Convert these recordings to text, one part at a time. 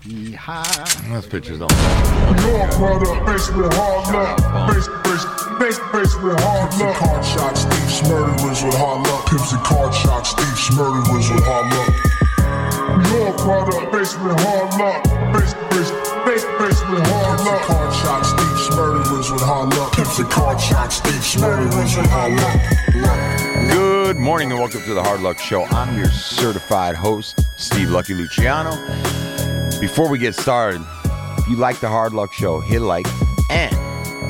yeehaw. Those pictures don't. Your brother faced with hard luck. Faced, faced, faced, faced with hard luck. Card shots, thieves, murderers with hard luck. Pimps and card shots, thieves, murderers with hard luck. Your brother faced with hard luck. Faced, faced, faced, faced with hard luck. Card shots, thieves, murderers with hard luck. Pimps and card shots, thieves, murderers with hard luck. Good morning and welcome to the Hard Luck Show. I'm your certified host, Steve Lucky Luciano. Before we get started, if you like the Hard Luck Show, hit like and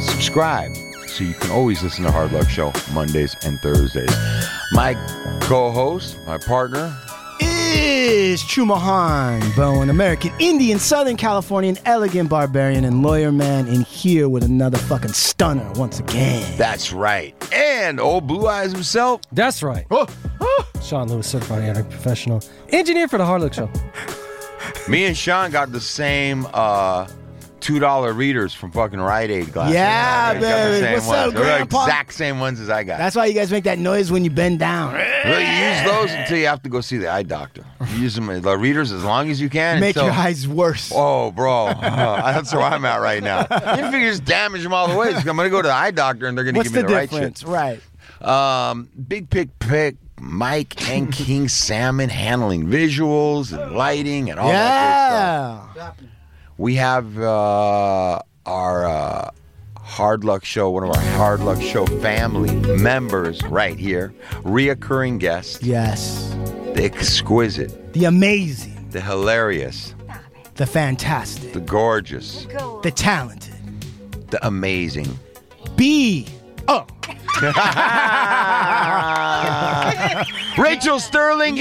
subscribe so you can always listen to Hard Luck Show Mondays and Thursdays. My co host, my partner, Is Chumahan Bow, an American Indian, Southern Californian, elegant barbarian, and lawyer man, in here with another fucking stunner once again. that's right, and old Blue Eyes himself. Oh, That's right. Sean Lewis, certified anti professional, engineer for the Hard Look Show. Me and Sean got the same uh, $2 readers from fucking Rite Aid glasses. Yeah, We got the baby. same What's ones. up, They're the Grandpa? exact same ones as I got. That's why you guys make that noise when you bend down. Well, you use those until you have to go see the eye doctor. You use them, the readers, as long as you can. Make until- your eyes worse. Oh, bro, Uh, that's where I'm at right now. Your fingers damage them all the way. So I'm gonna go to the eye doctor, and they're gonna What's give me the, the, difference? Right. right shit. Um, big pick pick. Mike and King Salmon handling visuals and lighting and all that good stuff. yeah. We have uh, our uh, Hard Luck Show, one of our Hard Luck Show family members right here, reoccurring guest, Yes. the exquisite, The amazing, the hilarious, the fantastic, the gorgeous, the talented. the amazing. B. Oh. Rachel Sterling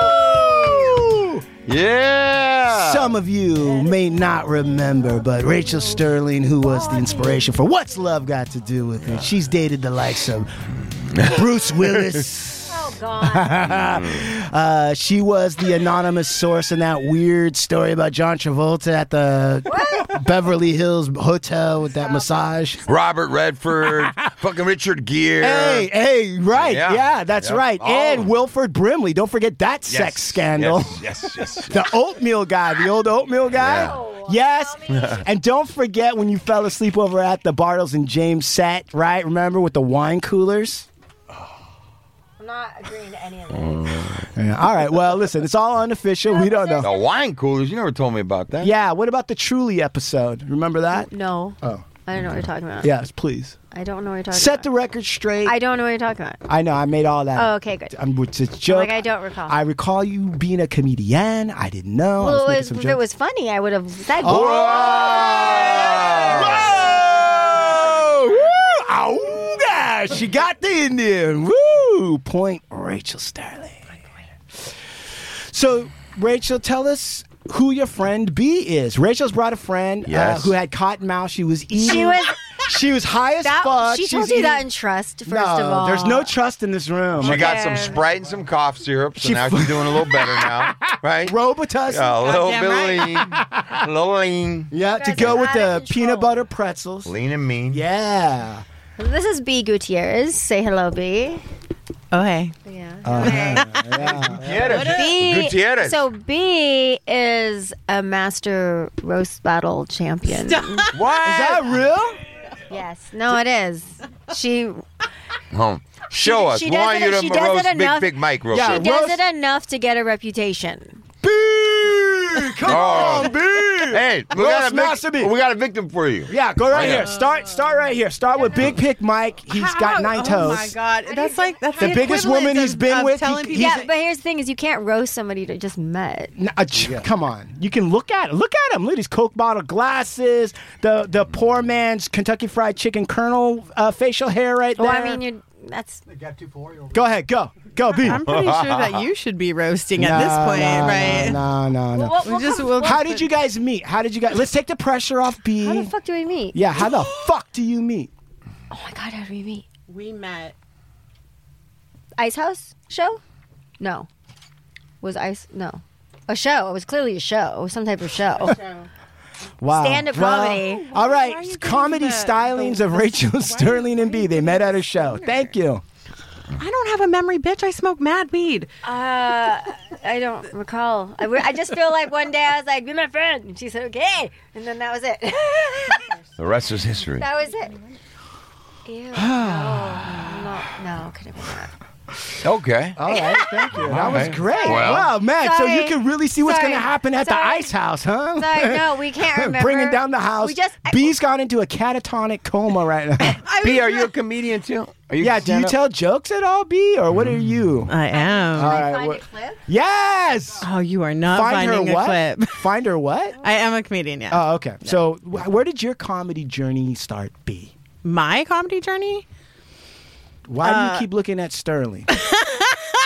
and Brent B to the show. Yeah. Some of you may not remember, but Rachel Sterling, who was the inspiration for What's Love Got to Do with It, she's dated the likes of Bruce Willis. Oh, God. Uh, she was the anonymous source in that weird story about John Travolta at the Beverly Hills Hotel with that massage. Robert Redford, fucking Richard Gere. Hey, hey, right. Yeah. Yeah, that's Yeah. right. All of and 'em. Wilford Brimley. Don't forget that Yes, sex scandal. Yes, yes, yes. The oatmeal guy, the old oatmeal guy. Yeah. Yes. and don't forget when you fell asleep over at the Bartles and James set, right? Remember with the wine coolers? I'm not agreeing to any of that. Yeah. All right. Well, listen, it's all unofficial. We don't know. The wine coolers. You never told me about that. Yeah, what about the Truly episode? Remember that? No. Oh. I don't know what you're talking about. Yes, please. I don't know what you're talking Set the about. record straight. I don't know what you're talking about. I know, I made all that. Oh, up. okay, good. I'm, it's a joke. I don't recall. I recall you being a comedian. I didn't know. I was Well, it making was, some if jokes. it was funny, I would have said Oh. Woo! Auga! She got the Indian. Woo! Point Rachel Sterling. So, Rachel, tell us who your friend B is. Rachel's brought a friend uh, Yes. who had cotton mouth. She was eating. She was- She was high as that. fuck. she was told you that eating- in trust, first no, of all. there's no trust in this room. She Like, got Okay. some Sprite and some cough syrup, so She now fu- she's doing a little better now, right? Robitussin. Yeah, a little bit Goddamn lean, a little lean, Yeah, You to guys go are with out the of peanut control. butter pretzels. lean and mean. Yeah. This is B Gutierrez. Say hello, B. Oh, hey. Yeah. Uh, Get it. B, Gutierrez. So B is a master roast battle champion. What? Is that real? Yes. No, it is. She Home. Show She- us. she We does want it- you she to does roast it Big enough- Big Mike real Yeah, she quick. does roast- it enough to get a reputation. B! Come Oh. on, B! Hey, we got, Roast a master B. victim, we got a victim for you. Oh, Yeah, go right Yeah. here. Start start right here. Start with Big Pick Mike. He's got nine oh toes. Oh my god, that's like that's The biggest equivalent woman of- he's been of with, he- Telling he's- people, yeah, but here's the thing: is you can't roast somebody that just met. N- uh, ch- Come on. You can look at look at him. Look at his Coke bottle glasses, the the poor man's Kentucky fried chicken kernel uh, facial hair right there. Oh, Well, I mean, you're That's Go ahead, go, go, B. I'm pretty sure that you should be roasting at this point, right? No, no, no. What- We what just comes- will- what- How did you guys meet? How did you guys? Let's take the pressure off B. How the fuck do we meet? yeah, how the fuck do you meet? Oh my god, how do we meet? We met. Ice House show? No. Was Ice no. A show. It was clearly a show. It was some type of show. Wow. Stand-up Well, comedy. All Why are you right, doing comedy that? stylings of The- Rachel Sterling and B. They met at a show. Thank you. I don't have a memory, bitch. I smoke mad weed. Uh, I don't recall. I, w- I just feel like one day I was like, "Be my friend," and she said, "Okay," and then that was it. The rest is history. that was it. Ew. No, no, no, could have been that. Okay. All right, thank you. That was right. great. Well- wow, man. So you Sorry. can really see what's Sorry. going to happen at the Sorry. ice house, huh? Sorry, no, we can't remember. Bringing down the house. We just I- B's gone into a catatonic coma right now. B, are you a comedian too? Are you yeah, do you stand-up? tell jokes at all, B, or what are you? I am. All right, find what- a clip. yes. oh, you are not Uh, Find her finding a what? clip. Find her what? I am a comedian. Yeah. Oh, okay. So wh- where did your comedy journey start, B? My comedy journey. Why Uh, do you keep looking at Sterling?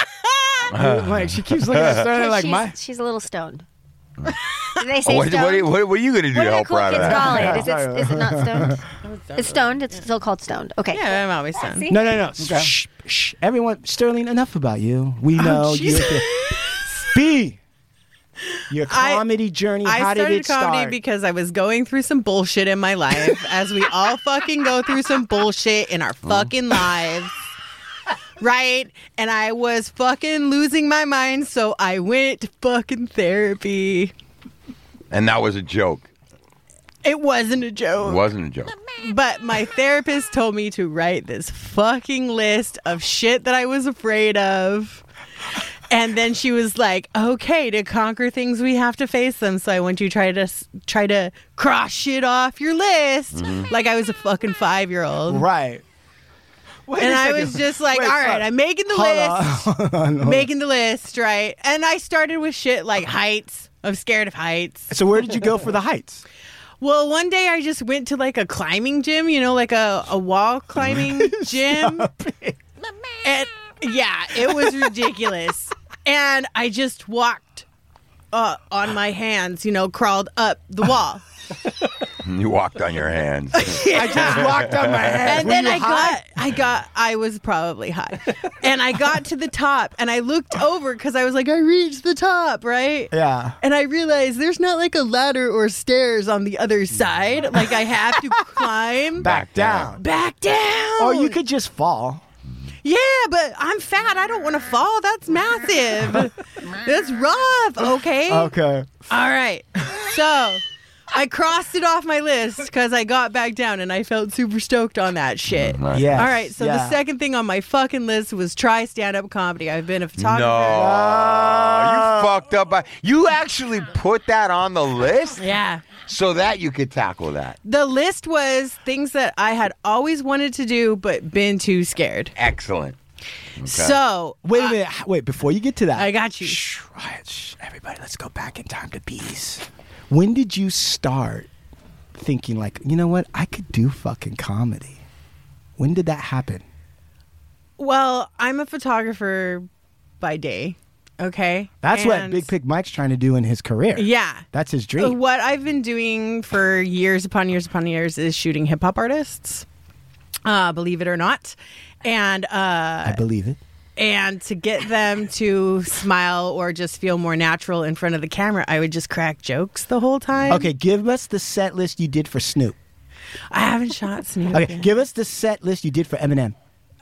like she keeps looking at Sterling Because like she's, my she's a little stoned. they Oh, say what, stoned. what, what, what are you going to do to What do the help cool her out kids of that? call it? Is it, is it not stoned? It's stoned. It's still called stoned. Okay. Yeah, I'm always done. See? No, no, no. Shh, shh. Everyone, Sterling, enough about you. We Oh, know you. B. Your I- comedy journey. I how started did it comedy start? because I was going through some bullshit in my life, as we all fucking go through some bullshit in our Oh. fucking lives. Right? And I was fucking losing my mind, so I went to fucking therapy. And that was a joke. It wasn't a It joke. wasn't a joke. But my therapist told me to write this fucking list of shit that I was afraid of. And then she was like, "Okay, to conquer things, we have to face them. So I want you to try to s- try to cross shit off your list, like I was a fucking five year old." Mm-hmm. right. Wait And a I second. was just like, Wait, "All right, stop. I'm making the Hold list, on, hold on, hold on. making the list, right?" And I started with shit like heights. I'm scared of heights. So where did you go for the heights? Well, one day I just went to like a climbing gym, you know, like a, a wall climbing gym. And yeah, it was ridiculous. and I just walked uh, on my hands, you know, crawled up the wall. You walked on your hands. I just walked on my hands. and then I got I got I was probably high. and I got to the top and I looked over cuz I was like I reached the top, right? yeah. And I realized there's not like a ladder or stairs on the other side. Like I have to climb Back down. back down. Or you could just fall. Yeah, but I'm fat. I don't want to fall. That's massive. That's rough. Okay. Okay. All right. So I crossed it off my list because I got back down and I felt super stoked on that shit. All Yeah. right. So the second thing on my fucking list was try stand up comedy. I've been a photographer. No, you fucked up. I- You actually put that on the list Yeah. so that you could tackle that. The list was things that I had always wanted to do but been too scared. Excellent. So Wait a minute. H- Wait, before you get to that. Uh, I got you. Shh, all right, shh, everybody, let's go back in time to bees. When did you start thinking like, you know what, I could do fucking comedy? When did that happen? Well, I'm a photographer by day. Okay. That's what And- Big Pick Mike's trying to do in his career. Yeah. That's his dream. What I've been doing for years upon years upon years is shooting hip hop artists, uh, believe it or not, and uh, I believe it. and to get them to smile or just feel more natural in front of the camera, I would just crack jokes the whole time. Okay, give us the set list you did for Snoop. I haven't shot Snoop. Okay, yet. give us the set list you did for Eminem.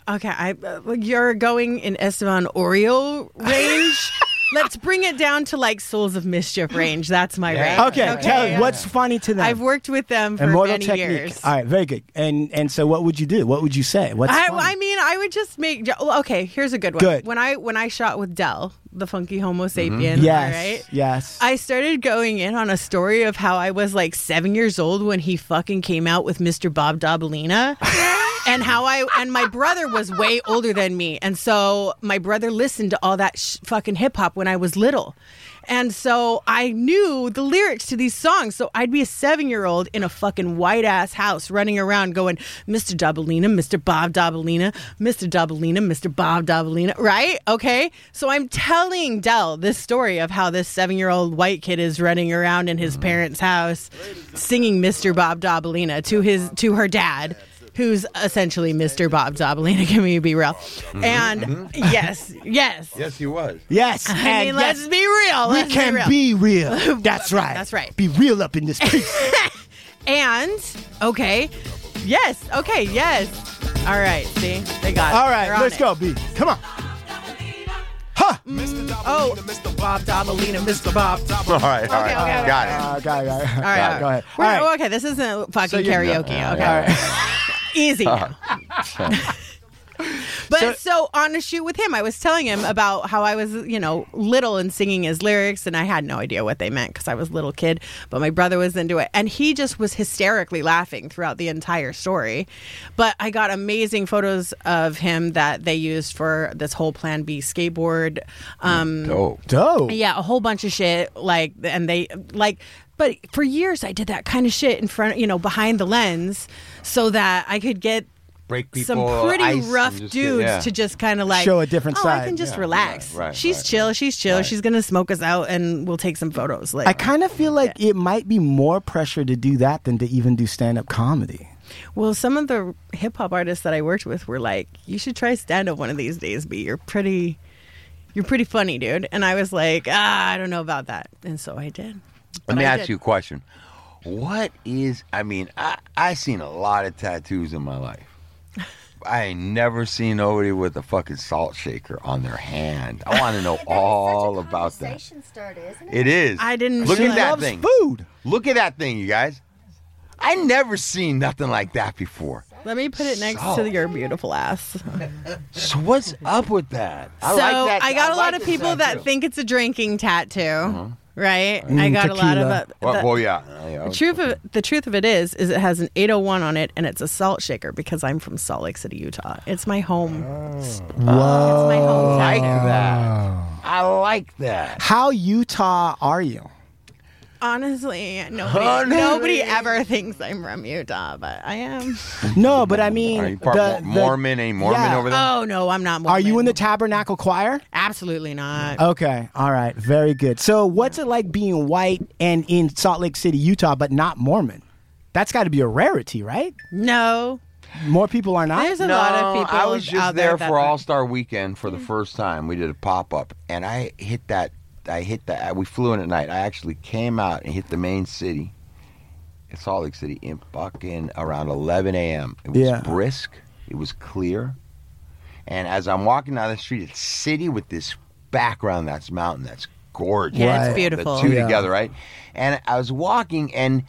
Okay, I uh, you're going in Esteban Oreo range. Let's bring it down to like Souls of Mischief range. That's my range. Okay, tell what's funny to them. I've worked with them for Immortal many technique. years. All right, very good. And and so, what would you do? What would you say? What's I, funny? I mean, I would just make. jo- well, Okay, here's a good one. Good. Mm-hmm. When I when I shot with Dell, the funky Homo sapien. yes, All right. yes. I started going in on a story of how I was like seven years old when he fucking came out with Mr. Bob Dabalina. and how I and my brother was way older than me, and so my brother listened to all that sh- fucking hip hop when I was little, and so I knew the lyrics to these songs. So I'd be a seven year old in a fucking white ass house running around going, Mister Dabalina, Mister Bob Dabalina, Mister Dabalina, Mister Bob Dabalina, right? Okay, so I'm telling Dell this story of how this seven year old white kid is running around in his parents' house singing Mister Bob Dabalina to his to her dad who's essentially Mr. Bob Dabalina. Can we be real? And yes, yes. Yes, he was. Yes. I mean, and let's yes, be real. we let's can real. be real. That's right. That's right. Be real up in this piece. And okay, yes, okay, yes. All right, see, they got. it. All right, They're on let's it. go, B. Come on. Oh, Mr. Bob Dabalina, Mr. Bob. Dabalina. All right, all right, okay, okay, got it. Uh, got it, got it. All All right, go ahead. We're, All right. Okay, this isn't fucking you're- karaoke. Yeah, okay, yeah, easy. now. But so, on a shoot with him, I was telling him about how I was, you know, little and singing his lyrics, and I had no idea what they meant because I was a little kid. But my brother was into it, and he just was hysterically laughing throughout the entire story. But I got amazing photos of him that they used for this whole Plan B skateboard. Um, Dope. Dope. yeah, a whole bunch of shit. Like, and they like, but for years I did that kind of shit in front, you know, behind the lens, so that I could get Break some pretty ice and rough just dudes get- yeah. to just kind of like Show a different oh, I side." can just Yeah, relax. right, right, she's right, chill. She's chill. Right. She's gonna smoke us out, and we'll take some photos. Like, I kind of feel like it might be more pressure to do that than to even do stand up comedy. well, some of the hip hop artists that I worked with were like, "You should try stand up one of these days, B. You're pretty, you're pretty funny, dude." And I was like, "Ah, I don't know about that," and so I did. Let me I ask did. you a question. What is? I mean, I I seen a lot of tattoos in my life. I ain't never seen nobody with a fucking salt shaker on their hand. I want to know all about that. It is. I didn't look see at that. that Loves thing. Food. Look at that thing, you guys. I never seen nothing like that before. Let me put it next So- to your beautiful ass. So what's up with that? I so like that. I got a like lot of this Uh-huh. people tattoo. that think it's a drinking tattoo, right? Mm, I got a lot of. tequila. Uh, Well, the- well, yeah. yeah, yeah. The truth of the truth of it is, is it has an 801 on it, and it's a salt shaker because I'm from Salt Lake City, Utah. It's my home. It's my home. Oh. I like that. I like that. How Utah are you? Honestly, nobody, Honey. nobody ever thinks I'm from Utah, but I am. No, but I mean, Are you part Mor- the- the- Mormon? Any Mormon yeah. over there? Oh no, I'm not. Mormon. Are you in the Tabernacle Choir? Absolutely not. Uh, Okay, all right, very good. So, what's it like being white and in Salt Lake City, Utah, but not Mormon? That's got to be a rarity, right? No, More people are not. there's a lot of people. I was just out there, there, that for are- Mm. All Star Weekend for the first time. We did a pop up, and I hit that. I hit that. We flew in at night. I actually came out and hit the main city, in Salt Lake City, in fucking around 11 a.m. It was Yeah. brisk. It was clear. And as I'm walking down the street, it's city with this background that's mountain that's gorgeous. Yeah, it's The beautiful. two Yeah. together, right? And I was walking, and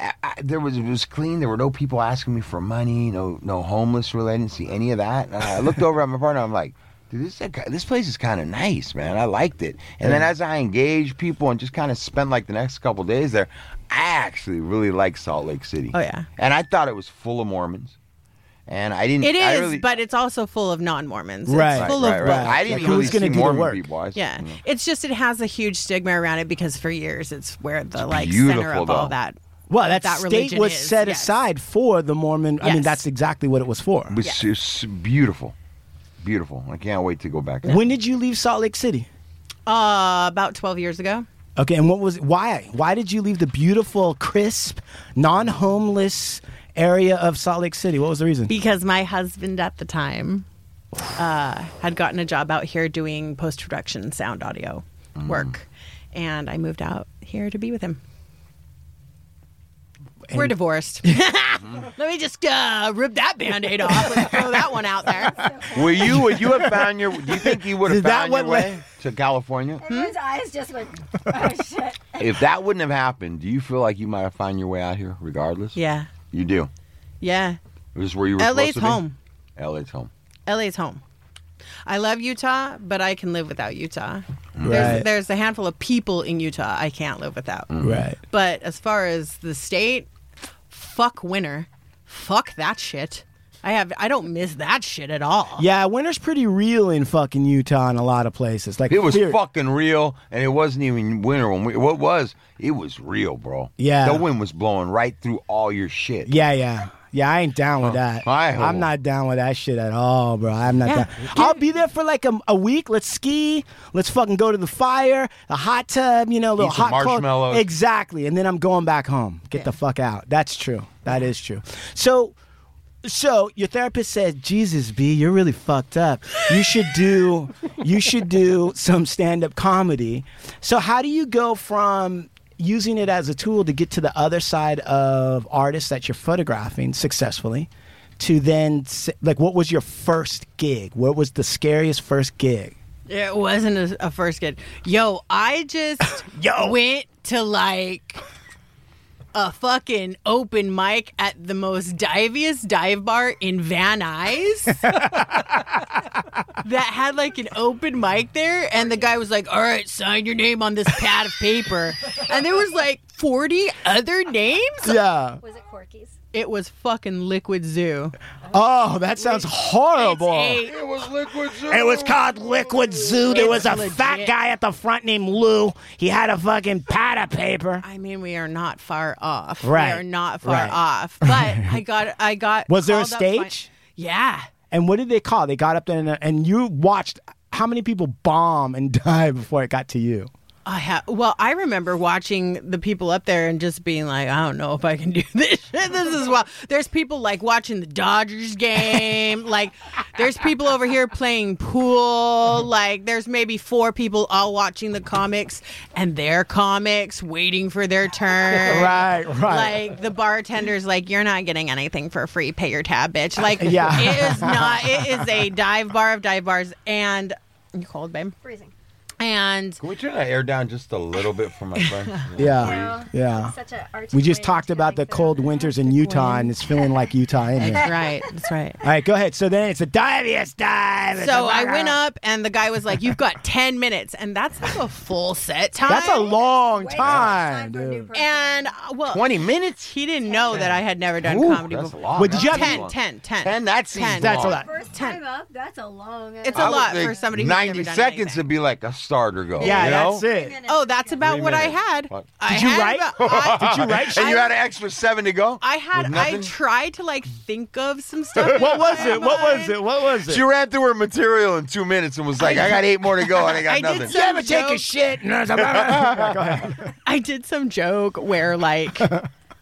I, I, there was it was clean. There were no people asking me for money. No, no homeless related. Didn't see any of that. And I looked over at my partner. I'm like, dude, this is a- this place is kind of nice, man. I liked it. And then as I engaged people and just kind of spent like the next couple days there, I actually really like Salt Lake City. Oh, yeah. And I thought it was full of Mormons. And I didn't. It I is, really- but it's also full of non-Mormons. Right. It's full of both. I didn't Like, who's really gonna see do the Mormon work? people. I s- Yeah, you know. it's just it has a huge stigma around it because for years it's where the like center beautiful, of all though. that. Well, that, that state religion was is, set yes. aside for the Mormon. I mean, Yes. that's exactly what it was for. It was it's beautiful, beautiful. I can't wait to go back. there. When did you leave Salt Lake City? Uh, about twelve years ago. Okay, and what was why? Why did you leave the beautiful, crisp, non-homeless area of Salt Lake City? What was the reason? because my husband at the time uh, had gotten a job out here doing post production sound audio work, and I moved out here to be with him. We're divorced. Let me just uh, rip that band aid off and throw that one out there. Were you? Would you have found your? Do you think you would have Did that found your one way to California? Everyone's eyes just went, oh shit. If that wouldn't have happened, do you feel like you might have found your way out here, regardless? Yeah, you do. yeah. It was where you were. supposed LA's to home. Be? LA's home. LA's home. I love Utah, but I can live without Utah. Right. There's, there's a handful of people in Utah I can't live without. Right. But as far as the state, fuck winter. Fuck that shit. I have. I don't miss that shit at all. Yeah, winter's pretty real in fucking Utah in a lot of places. Like It was here- fucking real, and it wasn't even winter when we. What was? It was real, bro. Yeah. the wind was blowing right through all your shit. Yeah, yeah. Yeah, I ain't down with that. I hope. I'm not down with that shit at all, bro. I'm not Yeah. down. I'll be there for like a, a week. Let's ski. Let's fucking go to the fire, a hot tub, you know, a little some hot cold- marshmallows. Exactly. And then I'm going back home. Get the fuck out. That's true. That is true. So so your therapist said, "Jesus, B, you're really fucked up. You should do, you should do some stand-up comedy." So how do you go from using it as a tool to get to the other side of artists that you're photographing successfully, to then s- like what was your first gig? What was the scariest first gig? It wasn't a, a first kid. Yo, I just Yo. went to like a fucking open mic at the most diviest dive bar in Van Nuys that had like an open mic there, and the guy was like, "All right, sign your name on this pad of paper," and there was like forty other names. Yeah. Was it Corky's? It was fucking Liquid Zoo. Oh, that sounds horrible. It's a- It was liquid. It was called Liquid Zoo. There was a fat legit. guy at the front named Lou. He had a fucking pad of paper. I mean, we are not far off. Right, We are not far right. off. But I got, I got. Was there a called up fin- stage? yeah. And what did they call? it? They got up there and, and you watched how many people bomb and die before it got to you. I ha- well, I remember watching the people up there and just being like, I don't know if I can do this. shit. this is wild. There's people like watching the Dodgers game. like, there's people over here playing pool. Like, there's maybe four people all watching the comics and their comics, waiting for their turn. Right, right. Like the bartender's like, you're not getting anything for free. Pay your tab, bitch. Like, Yeah. it is not. It is a dive bar of dive bars, and you cold, babe. Freezing. And Can we turn that air down just a little bit for my friend? yeah, yeah. We just talked about the cold winters in Utah, and it's feeling like Utah in here. that's right, that's right. All right, go ahead. So then it's a dive, yes, dive. It's So a- I went up, and the guy was like, "You've got ten minutes," and that's like a full set time. That's a long time, dude. And uh, well, 20 minutes? He didn't know that I had never done Ooh, comedy that's before. a lot. Wait, did you That's have- too long. 10, 10, 10. 10, that seems 10. That's a long. lot. First time time up. That's a long. It's a I would lot think for somebody who's never Ninety done seconds anything. would be like a starter go. Yeah, you know? that's it. Oh, that's about Three what I minutes. had. What? I Did you had write? about- I, Did you write? And you had an extra seven to go. I With had. I nothing? tried to like think of some stuff. What was it? What was it? What was She it? ran through her material in two minutes and was like, "I got eight more to go, and I got I did nothing." some Never take a jokes. shit. And I was like, "Blah, blah, blah." Go ahead. I did some joke where like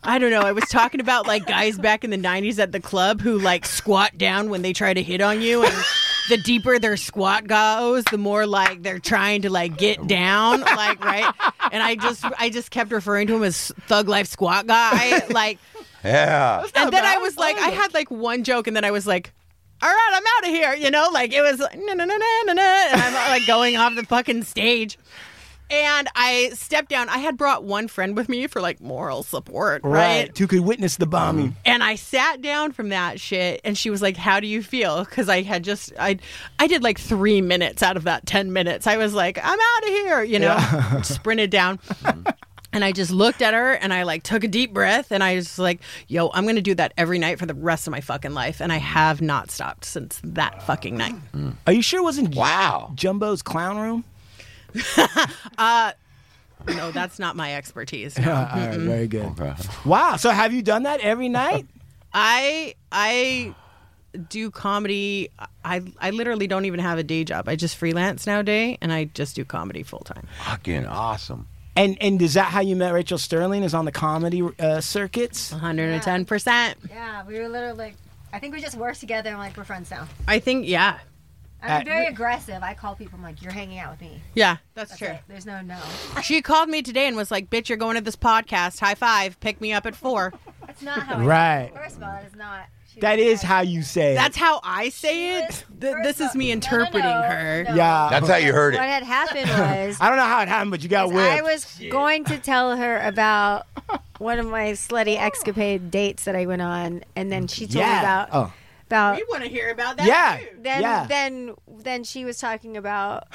I don't know, I was talking about like guys back in the 90s at the club who like squat down when they try to hit on you and the deeper their squat goes, the more like they're trying to like get down, like right? And I just I just kept referring to him as thug life squat guy, like yeah, and then I was like I had like one joke and then I was like all right, I'm out of here. You know, like it was like, na na na na na na, and I'm uh, like going off the fucking stage. And I stepped down. I had brought one friend with me for like moral support, right? Who could witness the bombing? And I sat down from that shit, and she was like, "How do you feel?" Because I had just I I did like three minutes out of that ten minutes. I was like, "I'm out of here," you know, sprinted down. And I just looked at her and I like took a deep breath and I was just like, yo, I'm gonna do that every night for the rest of my fucking life. And I have not stopped since that fucking night. Are you sure it wasn't wow. Jumbo's clown room? No, that's not my expertise. no. Uh, All right, very good. Wow. So have you done that every night? I I do comedy. I I literally don't even have a day job. I just freelance nowadays, and I just do comedy full time. Fucking awesome. and and is that how you met Rachel Sterling? Is on the comedy uh, circuits? One hundred and ten percent. Yeah, we were literally like, I think we just worked together and like we're friends now. I think yeah, I'm At- very aggressive. I call people. I'm like, you're hanging out with me. yeah, that's, That's true. it. There's no no. She called me today and was like, "Bitch, you're going to this podcast. High five. Pick me up at four. That's not how. I Right. First of all, that is not. she That was is like- how you say. it. That's how I say it. Th- First this of is all- me no, no, interpreting no, her. no. yeah. That's how you heard What it. had happened was I don't know how it happened, but you got I whipped. was going to tell her about one of my slutty escapade dates that I went on, and then she told me yeah. about oh. about We want to hear about that. Yeah. too. then yeah. then then she was talking about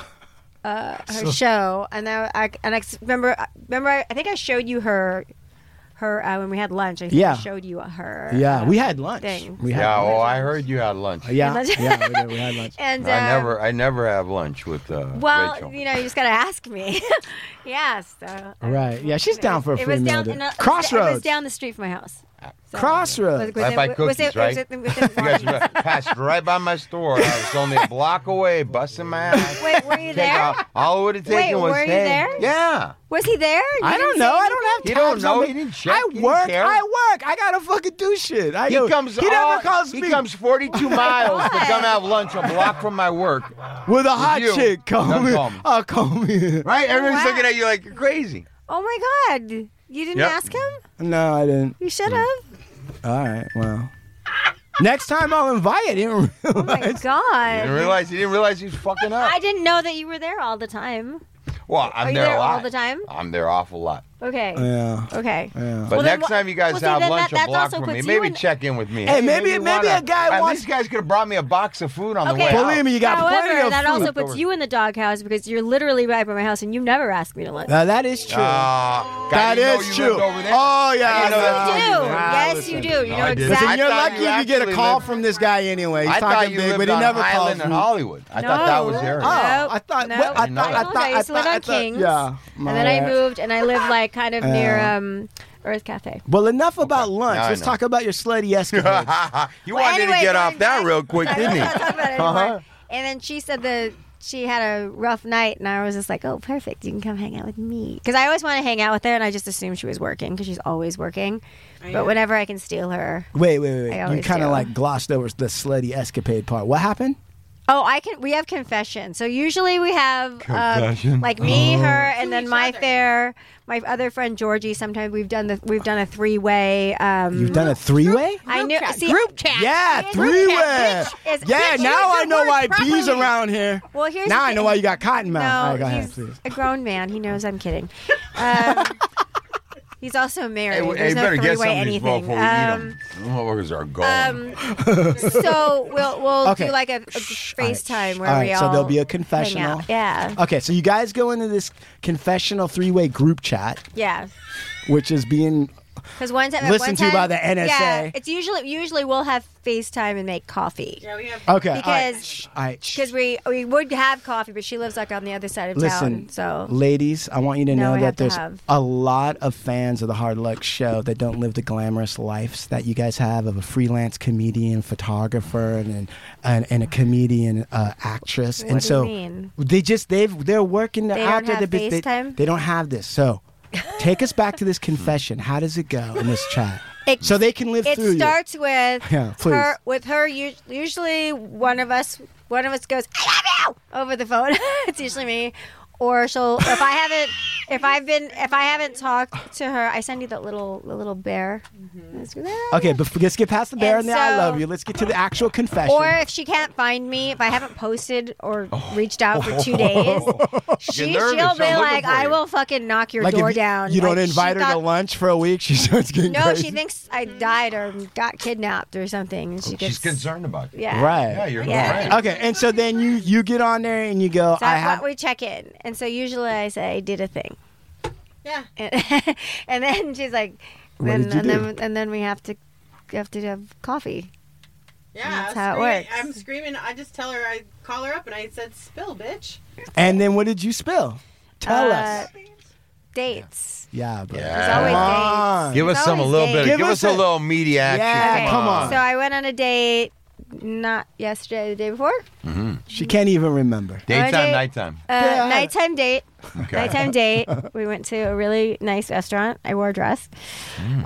uh, her show, and I, I and I s- remember remember I, I think I showed you her her uh, when we had lunch. I think Yeah. I showed you her. Yeah, uh, we had lunch. thing. We had Yeah, lunch. oh, I heard you had lunch. yeah, lunch. yeah, we, did, we had lunch. And uh, I never, I never have lunch with uh, Well, Rachel. you know, you just gotta ask me. yeah. So. uh, Right. Yeah, she's down for a it free was meal. down dude. in a- It was Crossroads. Uh, down the street from my house. So- Crossroads. Was- I buy was cookies, it- was it- was you it guys walking- re- passed right by my store. I was only a block away, busting my ass. Wait, were you Take there? out- All it would have taken Wait, was were you hey. there? Yeah. Was he there? You I don't didn't know. see I anything? don't have He don't tabs know. on me. He didn't check. I He didn't work. care. I work. I gotta fucking do shit. I He know. comes. He all- never calls he me. comes 42 miles to come have lunch a block from my work. with a hot you. chick. Call Don't me. call me. I'll call me. Right? Everyone's Wow. looking at you like you're crazy. Oh my god! You didn't Yep. ask him? No, I didn't. You should have. All right. Well, next time I'll invite. I didn't Oh my realize. You god! didn't realize. You didn't realize he was fucking up. I didn't know that you were there all the time. well, I'm Are you there, there a lot. all the time? I'm there awful lot. Okay. yeah. Okay. Yeah. But Well, then next wha- time you guys well, see, have then lunch that- a that block also from me, puts you maybe in- check in with me. Hey, maybe- maybe wanna- a guy At wants- least you guys could have brought me a box of food on the Okay. way. Believe me, you got plenty However, of that food. also puts you in the doghouse because you're literally right by my house and you never ask me to lunch. Now, that is true. Uh, that is true. Oh yeah. I didn't know yeah. that's you do. how you- Ah, yes, listen. you do. You No, know I didn't. exactly. Listen, Listen, you're I thought lucky you if you get a actually call lived- from this guy anyway. He's I thought talking you big, lived but he on never an calls island in me. Hollywood. I no, thought that was your Oh, area. I thought. No, well, I no. thought. I thought. I used to I live thought- on I thought- Kings, Yeah. and then I my- moved, and I lived like kind of near um, Earth Cafe. Well, enough about lunch. Now I Let's know. talk about your slutty escapades. you Well, wanted anyway, to get off going that back- real quick, Sorry, didn't let's you? not talk about it anymore. And then she said that she had a rough night, and I was just like, "Oh, perfect! You can come hang out with me." Because I always want to hang out with her, and I just assume she was working because she's always working. Oh, But whenever I can steal her, wait, wait, wait. I You always kind of do. like glossed over the slutty escapade part. What happened? oh, I can. We have confession. So usually we have um, like me, her, and then my fair, my other friend Georgie. Sometimes we've done the we've done a three way. Um, You've done a three-way? I knew. See, Group chat. Yeah, Bitch, three-way. bitch, it's- Yeah, bitch, now use I your know words why bees properly. around here. Well, here's Now the I know thing. why you got cotton mouth. All No, right, go ahead, he's please. a grown man. He knows I'm kidding. Um, he's also married. Hey, There's hey, better no get three-way some of these anything. before we um, eat them. Motherfuckers are gone. um, so we'll we'll Okay. do like a, a all right, FaceTime shh. where All we right, all so there'll be a hang out. confessional. Yeah, Okay, so you guys go into this confessional three-way group chat, yeah. which is being Because one time, Listened one to by time- the NSA. Yeah, it's usually usually we'll have FaceTime and make coffee Oh. okay. all right, Because- shh, all right, shh. because we we would have coffee, but she lives like on the other side of Listen, town. So ladies, I want you to Now know I have that to there's have- a lot of fans of the Hard Luck Show that don't live the glamorous lives that you guys have of a freelance comedian, photographer, and and, and, and a comedian uh, actress. and do you so mean? they just they've they're working. They're They out don't there. have they're bus- They, FaceTime? they don't have this. So take us back to this confession. How does it go in this chat? It- so they can live it through you. starts with Yeah, please. her with her u- usually one of us one of us goes I love you over the phone it's usually me or she'll if I haven't if I've been if I haven't talked to her I send you that little the little bear Mm-hmm. "Ah." Let's go there. Okay, but let's get past the bear and, And the I so- love you. Let's get to the actual confession. or if she can't find me if I haven't posted or Oh. reached out for two days she, nervous. she'll I'm be looking like for I you." will fucking knock your like if door you, down you don't Like, she invite her to thought- lunch for a week, she starts getting no crazy. she thinks I died or got kidnapped or something and she gets She's concerned about you. yeah Right. Yeah, you're Yeah. right. Okay, and so then you you get on there and you go. So Oh, I I have. we check in, and so usually I say I did a thing, Yeah. and, and then she's like, What then, did you and do? then and then we have to we have to have coffee. Yeah, That's I'm how it screaming- works. I'm screaming. I just tell her. I call her up and I said, "Spill, bitch." And then what did you spill? Tell Uh, us. Dates. Yeah, bro. Yeah. There's always Ah. dates. Give There's us some a always little bit. dates. Of, Give give, us us a a- little meaty action. Yeah, come on. So I went on a date, not yesterday, the day before. She can't even remember. Daytime, Alright. nighttime. Uh, Yeah. Nighttime date. Nighttime date. We went to a really nice restaurant. I wore a dress. Mm-hmm.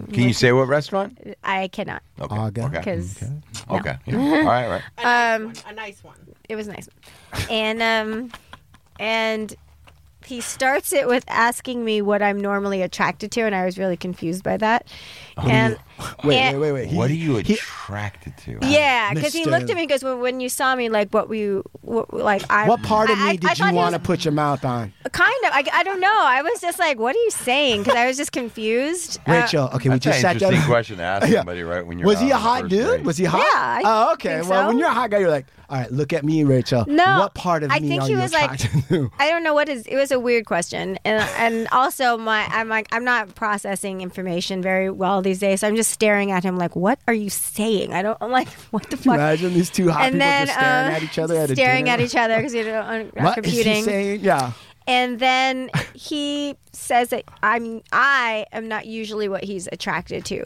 Um, Can you say what restaurant? I cannot Okay. Aga. Okay. because Okay. Yeah. All right. Right. A nice Um, one. A nice one. it was nice and um and he starts it with asking me what i'm normally attracted to and i was really confused by that Oh, and Wait, and- wait, wait, wait. He- What are you he- attracted to? yeah because he Mr. looked at me and goes well when you saw me like what were you what, like i what part of I- I- me I did thought you he want to was- put your mouth on, kind of I, I don't know i was just like what are you saying because i was just confused Uh, Rachel? Okay, we That's an just sat down. interesting question to ask Yeah. somebody right when you're Was he out a on the hot first dude? date. Was he hot? Yeah, I oh, okay. think Well, when so. you're a hot guy, you're like, All right, look at me, Rachel. No, What part of I me think are he you was like- attracted to? I don't know what is. It was a weird question, and and also my I'm like I'm not processing information very well these days. So I'm just staring at him like, what are you saying? I don't. I'm like, what the fuck? Imagine these two hot and people then just staring um, at each other at a staring dinner. at each other because you know I'm not What is computing. he saying? Yeah. And then he says that I'm I am not usually what he's attracted to.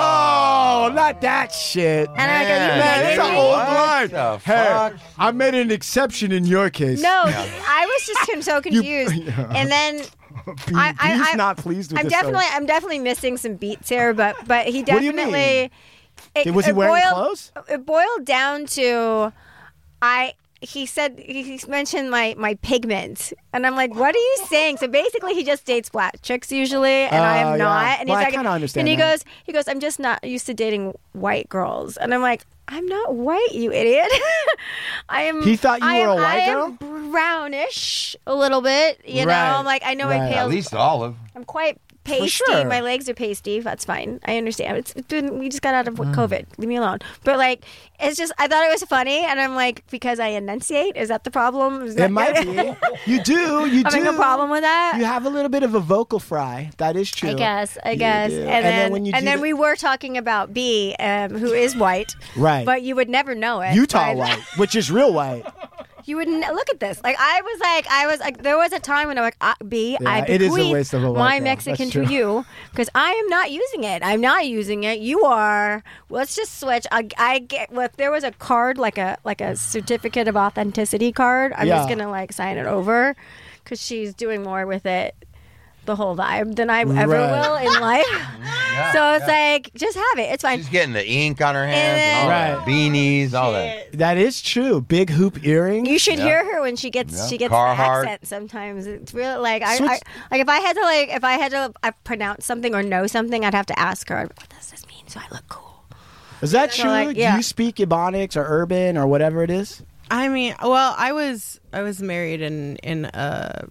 Oh, not that shit. And I'm like, are you Man, it's kidding an me? old What line. the Hey, fuck? I made an exception in your case. No, I was just con- so confused. And then Be- I- I- he's I- not pleased with I'm this. definitely though. I'm definitely missing some beats here, but but he What do you mean? definitely. It, was he it wearing boiled, clothes? It boiled down to, I. He said he he mentioned my my pigment, and I'm like, what are you saying? So basically, he just dates black chicks usually, and I Oh, yeah. am not. And Well, I he's like, kinda understand And he that. goes, he goes, I'm just not used to dating white girls, and I'm like. I'm not white, you idiot. I am. He thought you I were am- a white I am brownish a little bit. You know, Right. I'm like, I know Right. I At pale least olive. I'm quite pasty. sure. My legs are pasty. That's fine. I understand. It's it's been we just got out of COVID. Leave me alone. But like, it's just I thought it was funny, and I'm like, because I enunciate, is that the problem? Is that It might be. You do. You do. Having a problem with that? You have a little bit of a vocal fry. That is true. I guess. I You guess. do. And, And then then, when you do and then the- we were talking about B, um, who is white, Right. But you would never know it. Utah by- white, which is real white. You would not look at this. Like I was like I was like there was a time when I was like uh, B Yeah, I it is a bequeath waste of a white my girl. Mexican That's to true. you because I am not using it. I'm not using it. You are. Let's just switch. I, I get. Well, if there was a card like a like a certificate of authenticity card, I'm just Yeah. gonna like sign it over because she's doing more with it. The whole vibe than I ever Right. will in life. so it's like, just have it. It's fine. She's getting the ink on her hands and all then- that. Beanies, all that. That is true. Big hoop earrings. You should hear her when she gets Yeah. she gets Carhartt. the accent. Sometimes it's really like I, Switch- I like if I had to like if I had to uh, pronounce something or know something, I'd have to ask her. What does this mean? So I look cool. is that true? like, yeah. Do you speak Ebonics or Urban or whatever it is? I mean, well, I was I was married in in a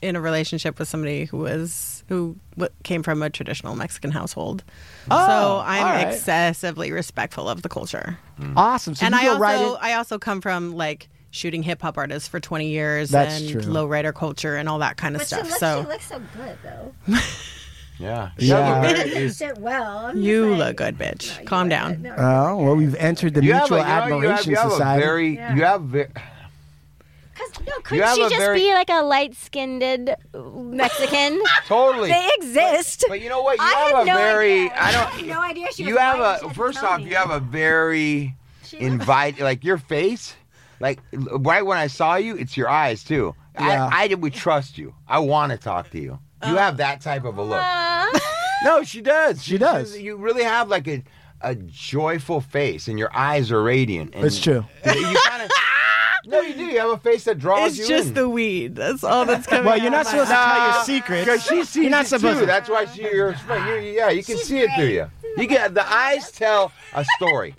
in a relationship with somebody who was who w- came from a traditional Mexican household. so I'm Oh, all right. excessively respectful of the culture. Awesome. So and you I go also right in. I also come from like shooting hip hop artists for 20 years That's and true. lowrider culture and all that kind of stuff. So so good though. Yeah. Yeah. You, have a very- Did well. you look good, bitch. Calm down. Oh well, we've entered the you have a- mutual you have- you have- admiration you have a society. very, you have ve- Cause, no, You couldn't have she a just very- be like a light skinned Mexican? totally. they exist. But you know what? You I have had a no very. idea. I I don't. had no idea she was you have white. She a. had to First tell off, me. you have a very invite. Like your face. Like right when I saw you, it's your eyes too. Yeah. I, I would trust you. I want to talk to you. Oh. You have that type of a look. Uh, No, she does. She, does. You really have like a a joyful face, and your eyes are radiant. And It's true. You, kind of. No, you do. You have a face that draws It's you just in. the weed. That's all that's coming. Well, you're out not of my supposed to tell your Nah, secrets. Because she sees You're not it supposed too. to. That's why she, you're, you're, yeah, you can see it through you. You get the eyes tell a story.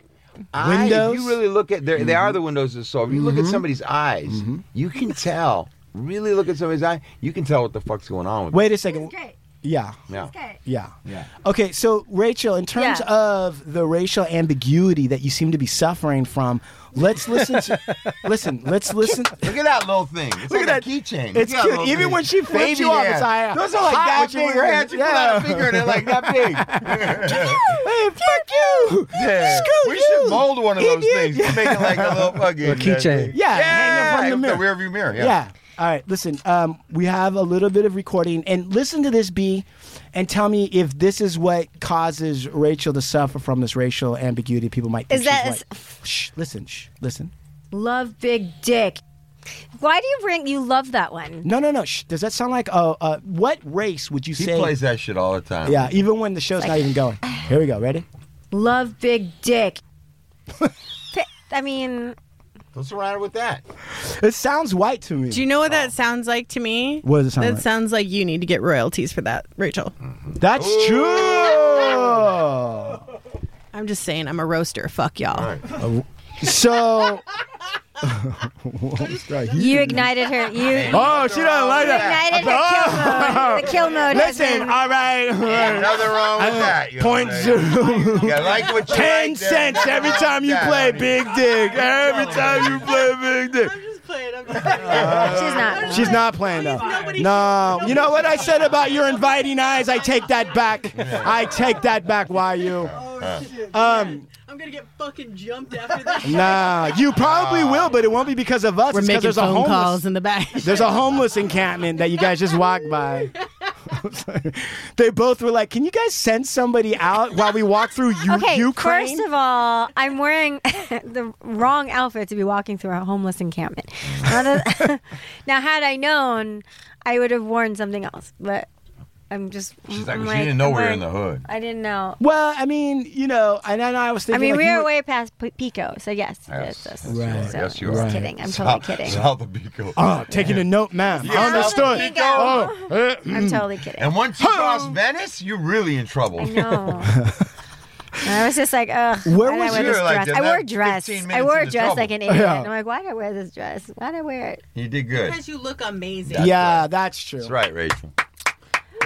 I- Windows. Mm-hmm. if you really look at, they're- they are the windows of the soul. If you look at somebody's eyes, you can tell. Really look at somebody's eye, you can tell what the fuck's going on with. Wait a second. great. Yeah. them. Yeah. Okay. Yeah. Yeah. Okay, so Rachel, in terms Yeah. of the racial ambiguity that you seem to be suffering from, let's listen to listen, let's listen. Look at that little thing. It's Look like at that. a keychain. It's Look at that cute. little Even thing. when she flips Baby you off, there. it's like, Those are like hot that what you big. Her wearing. hands, you pull out a Yeah. finger and they're like that big. Hey, fuck you! Yeah. Screw we you, should mold one of those idiot. things to make it like a little fucking uh, A keychain. Yeah, hanging from the with mirror. rear view mirror. Yeah. All right. Listen, um, we have a little bit of recording, and listen to this, B, and tell me if this is what causes Rachel to suffer from this racial ambiguity. People might think Is she's that- white. Shh. Listen. Shh. Listen. love big dick. Why do you bring? You love that one. No, no, no. Shh. Does that sound like uh, uh, what race would you He say? plays that shit all the time. yeah, even when the show's not even going. Here we go. Ready? Love big dick. Pi- I mean, What's wrong with that? It sounds white to me. Do you know what that sounds like to me? Oh. What does it sound that like? sounds like you need to get royalties for that, Rachel. That's true. I'm just saying, I'm a roaster. Fuck y'all. So, Right. You ignited her. You. Oh, she doesn't like You that. ignited Oh. the kill mode. The kill mode has Listen, been- all right. Nothing wrong with that. you know Point what I'm saying? zero. You like what you Ten like, then cents nothing every wrong time with you that, play honey. Big Dick. Every time you play Big Dick. I'm just playing. I'm just playing. She's Uh, not. She's not playing though. Nobody- No, nobody- you know what I said about your inviting eyes. I take that back. I take that back. Why you? oh, shit. Um, I'm gonna get fucking jumped after this. nah, you probably will, but it won't be because of us. We're It's 'cause making there's a phone homeless, calls in the back. There's a homeless encampment that you guys just walked by. they both were like, "Can you guys send somebody out while we walk through U- Okay, Ukraine?" first of all, I'm wearing the wrong outfit to be walking through a homeless encampment. Now, that- now, had I known, I would have worn something else. But I'm just. She's like, I'm 'cause you didn't know I'm we were like, in the hood. I didn't know. well, I mean, you know, and then I was I thinking. mean, like, we you are were- way past P- Pico, so yes, Yes, that's yes, you Right. are. Yes, you I'm just are. kidding. I'm totally kidding. South of Pico. Oh, taking a note, ma'am. Yeah. Understood. Pico. Oh, eh, I'm totally kidding. and once you cross Venice, you're really in trouble. I know. And I was just like, ugh. Where was I wear your, this like, dress? the I wore a last dress. 15 I minutes wore a into dress trouble. like an idiot. Yeah. And I'm like, why did I wear this dress? Why did I wear it? You did good. Because you look amazing. yeah, that's true. That's right, Rachel.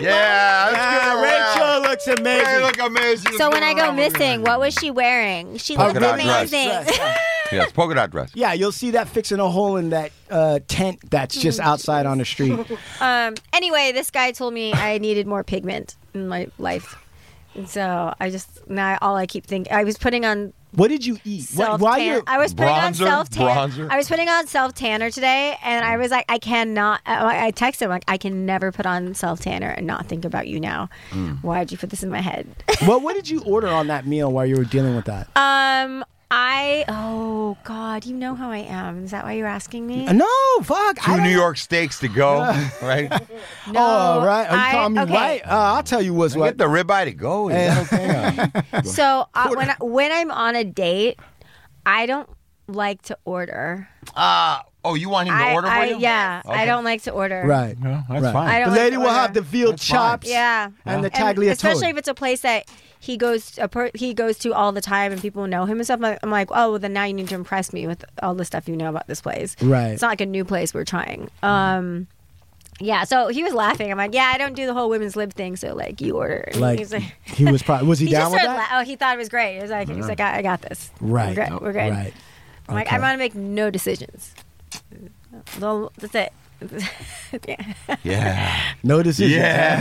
Yeah, let's give Yeah, her a round. Rachel looks amazing. Hey, look amazing. Let's So give when her I a go round of missing, applause. what was she wearing? She Polka looked dot dress. amazing. Yes, polka dot dress. Yeah, you'll see that fixing a hole in that uh, tent that's just Mm. outside on the street. um. Anyway, this guy told me I needed more pigment in my life, and so I just now all I keep thinking I was putting on What did you eat? Why, self why tan. you I was putting on Bronzer? self tan. Bronzer? I was putting on self tanner today, and I was like, I cannot. uh, I I texted him like, I can never put on self tanner and not think about you now. Hmm. Why would you put this in my head? well, what did you order on that meal while you were dealing with that? um. I oh god, you know how I am. Is that why you're asking me? no, fuck. I Two don't- New York steaks to go, right? Oh, right. Are you I- calling me okay. white? Uh, I'll tell you what's Get what. the ribeye to go. Is that okay? So uh, when I, when I'm on a date, I don't like to order. Uh, oh, you want him to I, order I- for you? yeah, I Okay. don't like to order. right. No, that's Right. fine. I The don't like "Oh, lady to will order. have the veal That's fine. chops. Yeah, And the And tagliatelle. especially if it's a place that he goes a per, he goes to all the time and people know him and stuff. I'm like- I'm like, oh, well, then now you need to impress me with all the stuff you know about this place. Right. It's not like a new place we're trying. Um. Yeah, so he was laughing. I'm like, yeah, I don't do the whole women's lib thing, so like you order. And Like he's like, he was probably was he, he down just with started. that? Uh-huh. La- oh, he thought it was great. He was like, he was like, I, I got this. Right. we're good. We're good. Right. I'm like, Okay. I want to make no decisions. Well, That's it. yeah. Yeah. No decision. Yeah.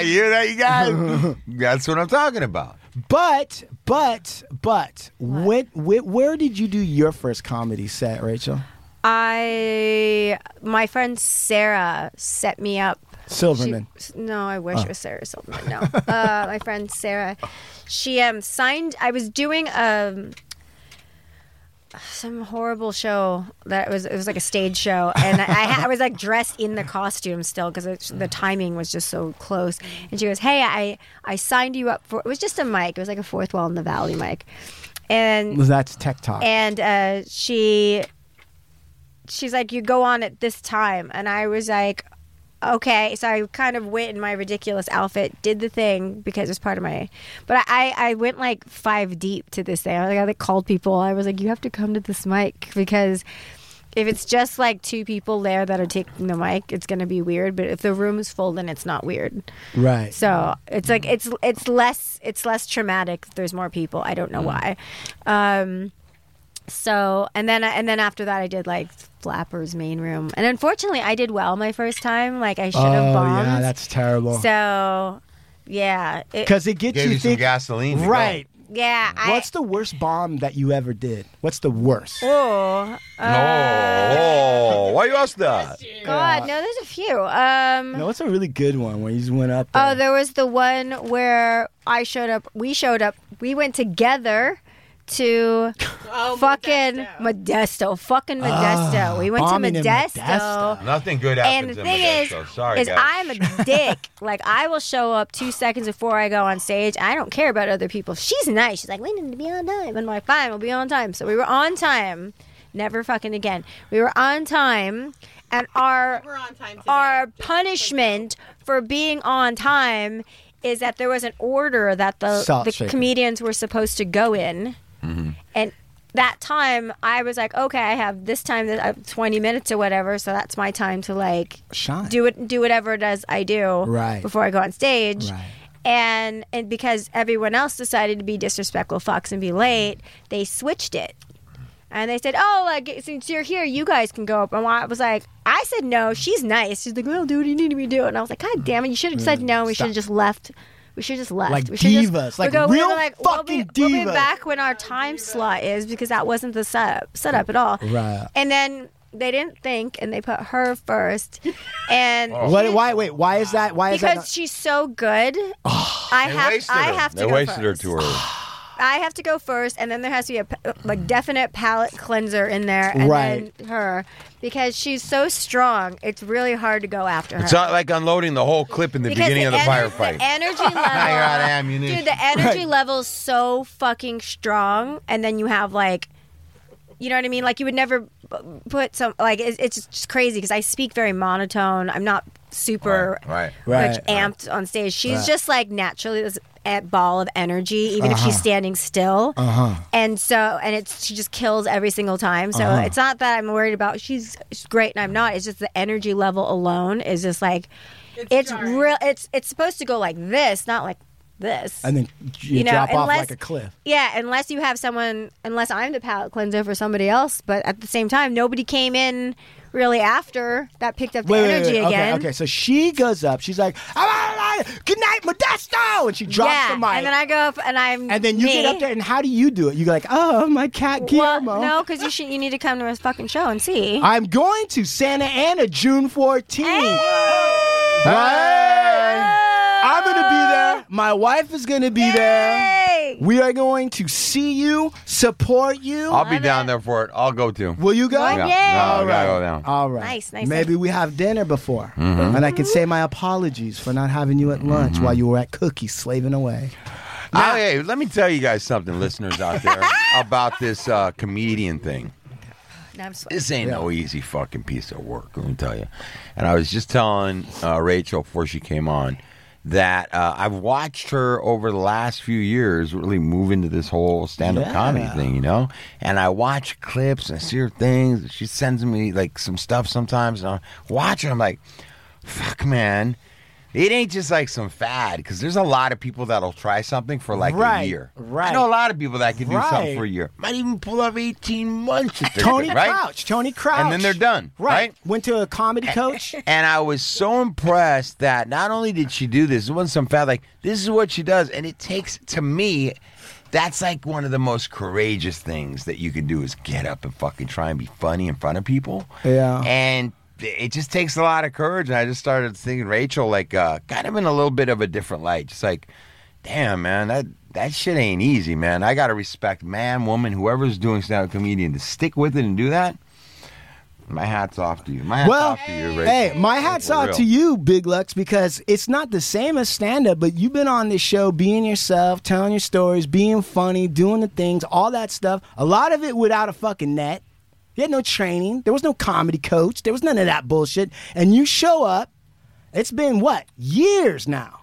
you hear that, you guys? That's what I'm talking about. But but but when, wh- where did you do your first comedy set, Rachel? I, my friend Sarah set me up. Silverman. She- no, I wish it was Sarah Silverman. No, uh, my friend Sarah, she um signed. I was doing um some horrible show that was it was like a stage show, and I, I, ha- I was like dressed in the costume still because the timing was just so close. And she goes, "Hey, I I signed you up for it was just a mic. It was like a fourth wall in the valley mic, and Well, that's Tech Talk. and uh, she she's like you go on at this time and i was like okay so i kind of went in my ridiculous outfit did the thing because it's part of my but i i went like five deep to this thing i like i like called people i was like you have to come to this mic because if it's just like two people there that are taking the mic it's going to be weird but if the room is full then it's not weird right. so it's like it's it's less it's less traumatic. if There's more people. I Mm. don't know why. Um, so and then and then after that, I did like Flappers main room, and unfortunately, I did well my first time. Like I should have oh bombed. yeah, that's terrible. so yeah, it, Because it gets Gave you, you some think. gasoline. to go. Right. yeah. I, What's the worst bomb that you ever did? What's the worst? oh Oh, oh, why you ask that? God, no, there's a few. Um, No, what's a really good one where you just went up? Oh, there? there was the one where I showed up. We showed up. We went together to fucking Modesto. Fucking Modesto. we went to Ah, bombing in Modesto. Modesto. Nothing good And happens the in thing Modesto. is, Sorry, is guys. I'm a dick. like I will show up two seconds before I go on stage. I don't care about other people. She's nice. She's like, we need to be on time. And I'm like, fine, we'll be on time. So we were on time. Never fucking again. We were on time, and our We're on time today. our punishment for being on time is that there was an order that the Salt the shaker. comedians were supposed to go in, and that time, I was like, okay, I have this time, that I have 20 minutes or whatever, so that's my time to like Shine. do it, do whatever it is I do Right. before I go on stage. Right. And and because everyone else decided to be disrespectful, fucks, and be late, they switched it. And they said, "Oh, like since you're here, you guys can go up." And I was like, "I said no. She's nice. She's like, well, do what you need me to do." And I was like, "God damn it! You should have said no. We should have just left. We should have just left. Like we should just- divas, we like we real were we'll be, fucking We'll be divas. back when our time slot is because that wasn't the setup setup at all. Right. And then they didn't think, and they put her first. And What, why? Wait. Why is that? Why is that? because Not, she's so good, I They have wasted I her. have to They go wasted her first. to her. I have to go first, and then there has to be a, pa- like definite palate cleanser in there, and Right. then her because she's so strong. It's really hard to go after her. It's not like unloading the whole clip in the because beginning of the ener- firefight. The energy level. got ammunition. Dude, the energy level's so fucking strong, and then you have like, you know what I mean? Like you would never b- put some like it's, it's just crazy because I speak very monotone. I'm not super Right, right. much amped on stage. She's Right. just like naturally this a- ball of energy, even if she's standing still. Uh-huh. And so, and it's she just kills every single time. So Uh-huh. it's not that I'm worried about she's, she's great and I'm not. It's just the energy level alone is just like it's, real. It's it's supposed to go like this, not like this. and then you, you know, drop off unless- like a cliff. yeah, unless you have someone, unless I'm the palate cleanser for somebody else. But at the same time, nobody came in really after that picked up the Wait, wait, wait, energy wait. again. Okay, okay. So she goes up. She's like, "Ah, ah, ah, "Good night, Modesto," and she drops yeah, the mic. and then I go up and I'm And then you get me. up there, and how do you do it? You're like, "Oh, my cat Well, Guillermo." no, because you should. You need to come to his fucking show and see. I'm going to Santa Ana June 14th. Hey! I'm going to be there. My wife is going to be there. Hey, We are going to see you, support you. I'll be down there for it. I'll go too. Will you go? One Yeah. Yay. No, I gotta go down. Mm-hmm. All right. Nice, nice, Maybe we have dinner before. And I can say my apologies for not having you at lunch while you were at Cookie slaving away. Oh, hey, let me tell you guys something, listeners out there, about this uh, comedian thing. no, I'm sweating. This ain't no easy fucking piece of work, let me tell you. And I was just telling uh, Rachel before she came on that uh, I've watched her over the last few years really move into this whole stand up Yeah. comedy thing, you know? And I watch clips and I see her things. She sends me like some stuff sometimes, and I watch it. I'm like, fuck, man. It ain't just like some fad because there's a lot of people that'll try something for like a Right, year. right. I know a lot of people that can do Right. something for a year. Might even pull up 18 months. if they're Tony good, right? Crouch. Tony Crouch. And then they're done, right? Went to a comedy coach. And I was so impressed that not only did she do this, it wasn't some fad, like, this is what she does. And it takes, to me, that's like one of the most courageous things that you can do is get up and fucking try and be funny in front of people. Yeah. And it just takes a lot of courage. And I just started thinking, Rachel, like, uh, kind of in a little bit of a different light. Just like, damn, man, that. That shit ain't easy, man. I gotta respect man, woman, whoever's doing stand-up comedian to stick with it and do that. My hat's off to you. My hat's Well, off to you, Rachel. Hey, my hat's For off real. to you, Big Lux, because it's not the same as stand up, but you've been on this show being yourself, telling your stories, being funny, doing the things, all that stuff. A lot of it without a fucking net. You had no training. There was no comedy coach. There was none of that bullshit. And you show up. It's been what? Years now.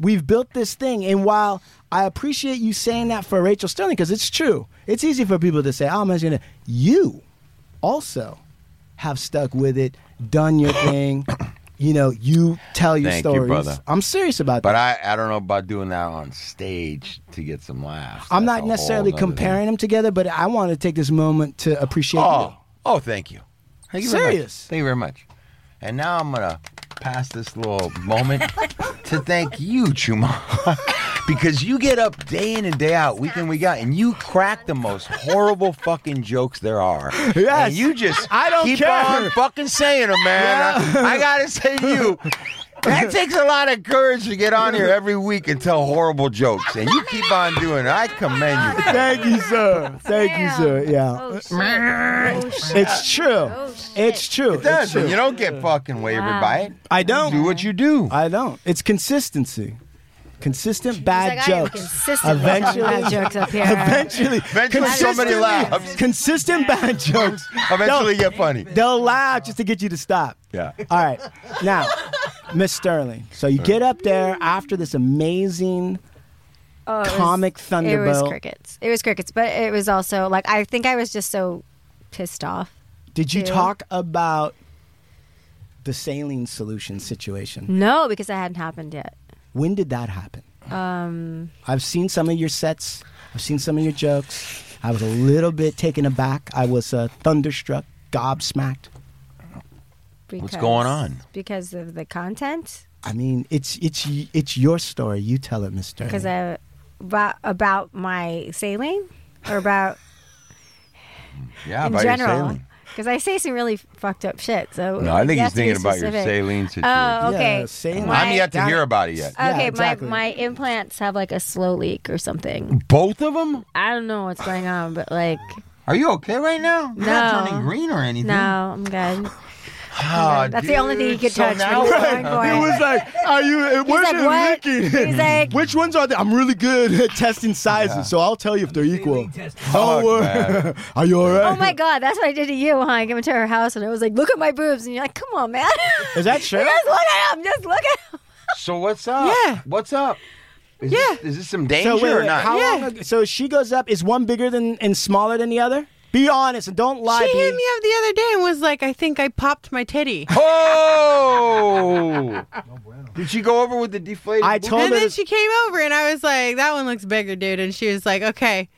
We've built this thing. And while I appreciate you saying that for Rachel Sterling, because it's true, it's easy for people to say, oh, I'm just going to. You also have stuck with it, done your thing. You know, you tell your Thank you, stories. brother. I'm serious about But that. I, I don't know about doing that on stage to get some laughs. I'm That's a not whole necessarily nother thing. comparing them together, but I want to take this moment to appreciate you. Oh, oh, thank you. Thank you Very much. Serious. Thank you very much. And now I'm gonna pass this little moment to thank you, Chuma, because you get up day in and day out, week in week out, and you crack the most horrible fucking jokes there are. Yes. And you just I don't keep care. on fucking saying them, man. I, I gotta say you. That takes a lot of courage to get on here every week and tell horrible jokes, and you keep on doing it. I commend you. Thank you, sir. Thank you, sir. Yeah. Oh shit! Oh shit! It's true. it's true. It Does, does. and you don't get fucking wavered by it. I don't. Do what you do. I don't. It's consistency. Consistent He's bad like, I am jokes. consistently Eventually- talking about jokes up here. Eventually, Eventually somebody consistently- laughs. Consistent bad jokes. Eventually get funny. They'll laugh just to get you to stop. Yeah. All right. Now, Miss Sterling. So you get up there after this amazing Oh, it was- comic It was thunderbolt. crickets. It was crickets, but it was also like I think I was just so pissed off. Did you too. talk about the saline solution situation? No, because it hadn't happened yet. When did that happen? Um, I've seen some of your sets. I've seen some of your jokes. I was a little bit taken aback. I was uh, thunderstruck, gobsmacked. because, going on? Because of the content. I mean, it's it's y- it's your story. You tell it, Mister. Because I about about my sailing or about Yeah, in about general. your saline. Because I say some really fucked up shit. So No, I think you he's have to be thinking about your specific. saline situation. Oh, okay. Yeah, saline. My- I'm yet to hear about it yet. Okay, Yeah, exactly. my my implants have like a slow leak or something. Both of them? I don't know what's going on, but like Are you okay right now? You're not No. turning green or anything. no, I'm good. Ah, That's the only thing you dude, could so touch when now you were what? going for it. like, "Are you? where's like, it what? leaking? He's like- "Which ones are they?" I'm really good at testing sizes, so I'll tell you if they're equal. "Oh, uh, Fuck, man. Are you all right? Oh my god, that's what I did to you, huh? I came into her house and I was like, "Look at my boobs," and you're like, "Come on, man." Is that true? just look at them. Just look at them. So what's up? Yeah. What's up? Is Yeah. This, is this some danger So wait, or wait, not? how long ago- so she goes up. Is one bigger than and smaller than the other? Be honest and don't lie. She hit B. me up the other day and was like, I think I popped my titty. Oh! Did she go over with the deflated? I boob? told and her then to- she came over and I was like, that one looks bigger, dude. And she was like, okay,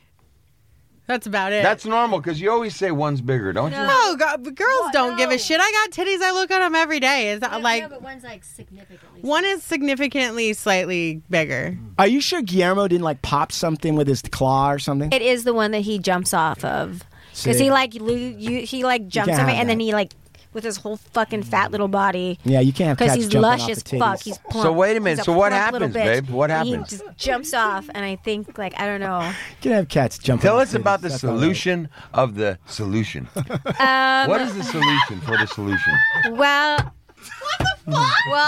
that's about it. That's normal because you always say one's bigger, don't you? no, go- girls don't give no. a shit. I got titties. I look at them every day. Is that like one's like significantly. one is significantly slightly bigger? Are you sure Guillermo didn't like pop something with his claw or something? It is the one that he jumps off of because See? he like lo- you, he like jumps can't on me have and then that. he like with his whole fucking fat little body. yeah, you can't have Because cats he's jumping lush off as the fuck. titties. He's plump. So wait a minute. He's So what plump little happens, bitch. babe? What And happens? He just jumps off, and I think like I don't know. You can have cats jumping. Tell off us about titties. the That's all right. solution of the solution. Um, what is the solution for the solution? Well, Well,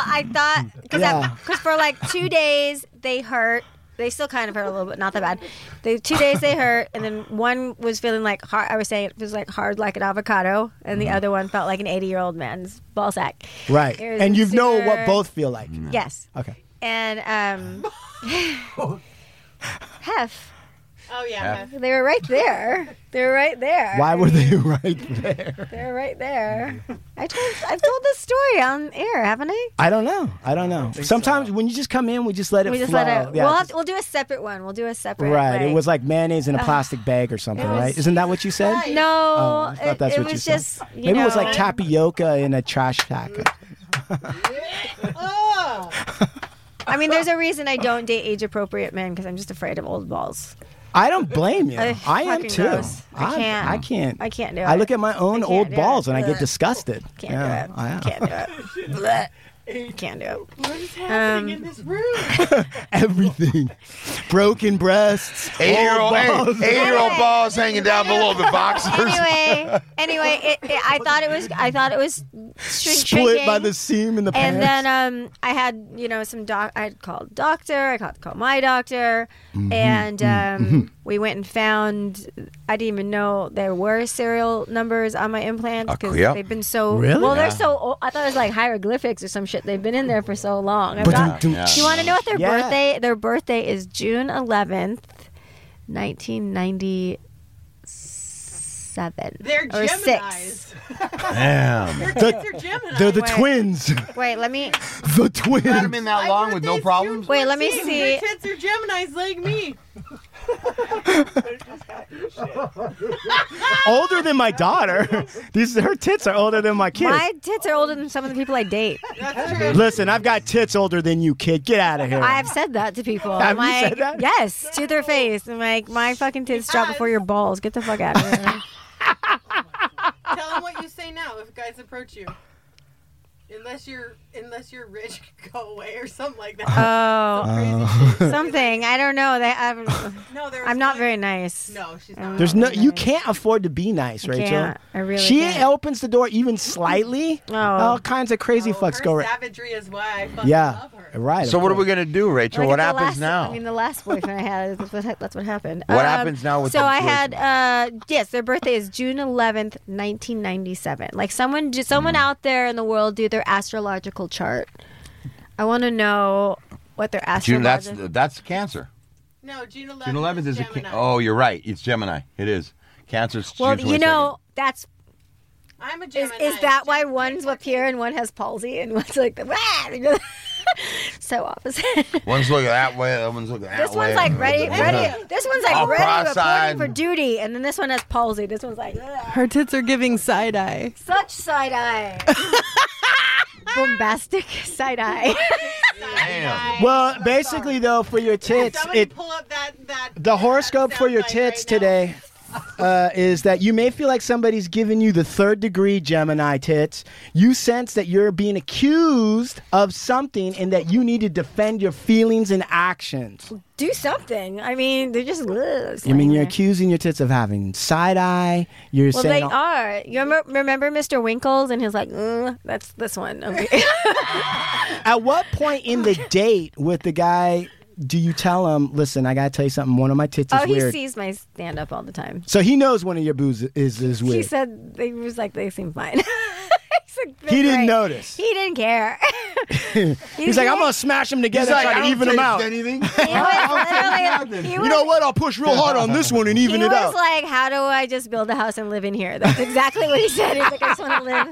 I thought because Yeah. because for like two days they hurt. They still kind of hurt a little bit, not that bad. They two days they hurt, and then one was feeling like hard. I was saying it was like hard like an avocado, and Mm-hmm. the other one felt like an eighty-year-old man's ball sack. Right, It was and you know what super- both feel like. Yes, Okay. and um, Hef, Oh, yeah. they were right there. They were right there. Why Mm-hmm. were they right there? They were right there. I told I've told this story on air, haven't I? I don't know. I don't know. Sometimes when you just come in, we just let it We just flow. let it. Yeah, we'll have just- to, we'll do a separate one. We'll do a separate. right. like- uh, It was like mayonnaise in a plastic bag or something, was- right? Isn't that what you said? No, Oh, I thought it, that's it what you was said. just you Maybe know, it was like tapioca in a trash pack. I mean, there's a reason I don't date age-appropriate men because I'm just afraid of old balls. I don't blame you. I I am fucking too. gross. I can't. I can't. I can't do I it. look at my own can't old do balls it. and I get Blech. disgusted. Can't yeah, do it. I am. Can't do it. Blech. Can't do it. Um, What is happening in this room? Everything. Broken breasts. Eight-year-old, eight, eight-year-old Anyway. balls hanging down below the boxers. Anyway, anyway, it, it, I thought it was. I thought it was shrink- Split by shrinking. the seam in the pants. And then um, I had you know some doc. I had called doctor. I called, called my doctor, and um, we went and found. I didn't even know there were serial numbers on my implants because yeah. they've been so Really? well. Yeah. They're so. Old. I thought it was like hieroglyphics or some shit. They've been in there for so long. I've Ba-dum-dum. got- do you want to know what their Yeah. birthday? Their birthday is June eleventh, nineteen ninety seven. They're or Geminis. six. Damn. They're Gemini. They're the Wait. twins. Wait, let me The twins. Had him in that long with no problems. wait. Let me see. tits are Geminis like me. older than my daughter. These her tits are older than my kid. My tits are older than some of the people I date. That's true. Listen, I've got tits older than you, kid. Get out of here. I have said that to people. Have I'm you like, said that? Yes, to their face. I'm like, my fucking tits drop before your balls. Get the fuck out of here. Tell them what you say now if guys approach you. Unless you're unless you're rich, go away or something like that. oh, Uh, something. I don't know. They, I'm, no, there was I'm not one- very nice. Um, No, she's not. there's no. You can't afford to be nice, Rachel. can't. I really she can't. opens the door even slightly. Oh. All kinds of crazy No, fucks Oh, her go. right. Savagery is why I fucking Yeah. love her. Right. So of what are we course. gonna do, Rachel? Like What the happens last- now? I mean, the last boyfriend I had, that's what, that's what happened. Um, What happens now with So the I had, uh, yes, their birthday is June 11th, 1997. Like someone, Hmm. do- someone out there in the world do their astrological chart. I want to know what their June, astrological. that's that's cancer. No, June 11th. June 11th is a. Ca- oh, you're right. It's Gemini. It is. Cancer's Well, June you 22nd. know, that's I'm a is, Gemini. is that why one's up here and one has palsy and one's like the so opposite. One's looking that way, that one's looking that This way. one's like ready, ready. This one's like "Oh, All ready cross-eyed. reporting for duty, and then this one has palsy. This one's like Her tits are giving side eye. such side eye, bombastic side eye. Damn. Well, basically though, for your tits, it pull up that that. the horoscope for your tits today uh, is that you may feel like somebody's giving you the third degree Gemini tits. You sense that you're being accused of something and that you need to defend your feelings and actions. Do something. I mean, they're just. Ugh, You mean you're accusing your tits of having side eye? You're Well, saying they are. You remember, remember Mr. Winkles and his like, mm, that's this one. Okay. At what point in the date with the guy do you tell him, listen, I gotta tell you something, one of my tits is oh, he weird. sees my stand up all the time. so he knows one of your boobs is, is He weird. said they was like they seem fine. He said, "They're He didn't great." notice. He didn't care. He's like, I'm gonna smash them together and try to even them out. Anything? He was literally, he was, what? I'll push real hard on this one and even he was like, "How do I just build a house and live in here?" That's exactly what he said. He's like, "I just want to live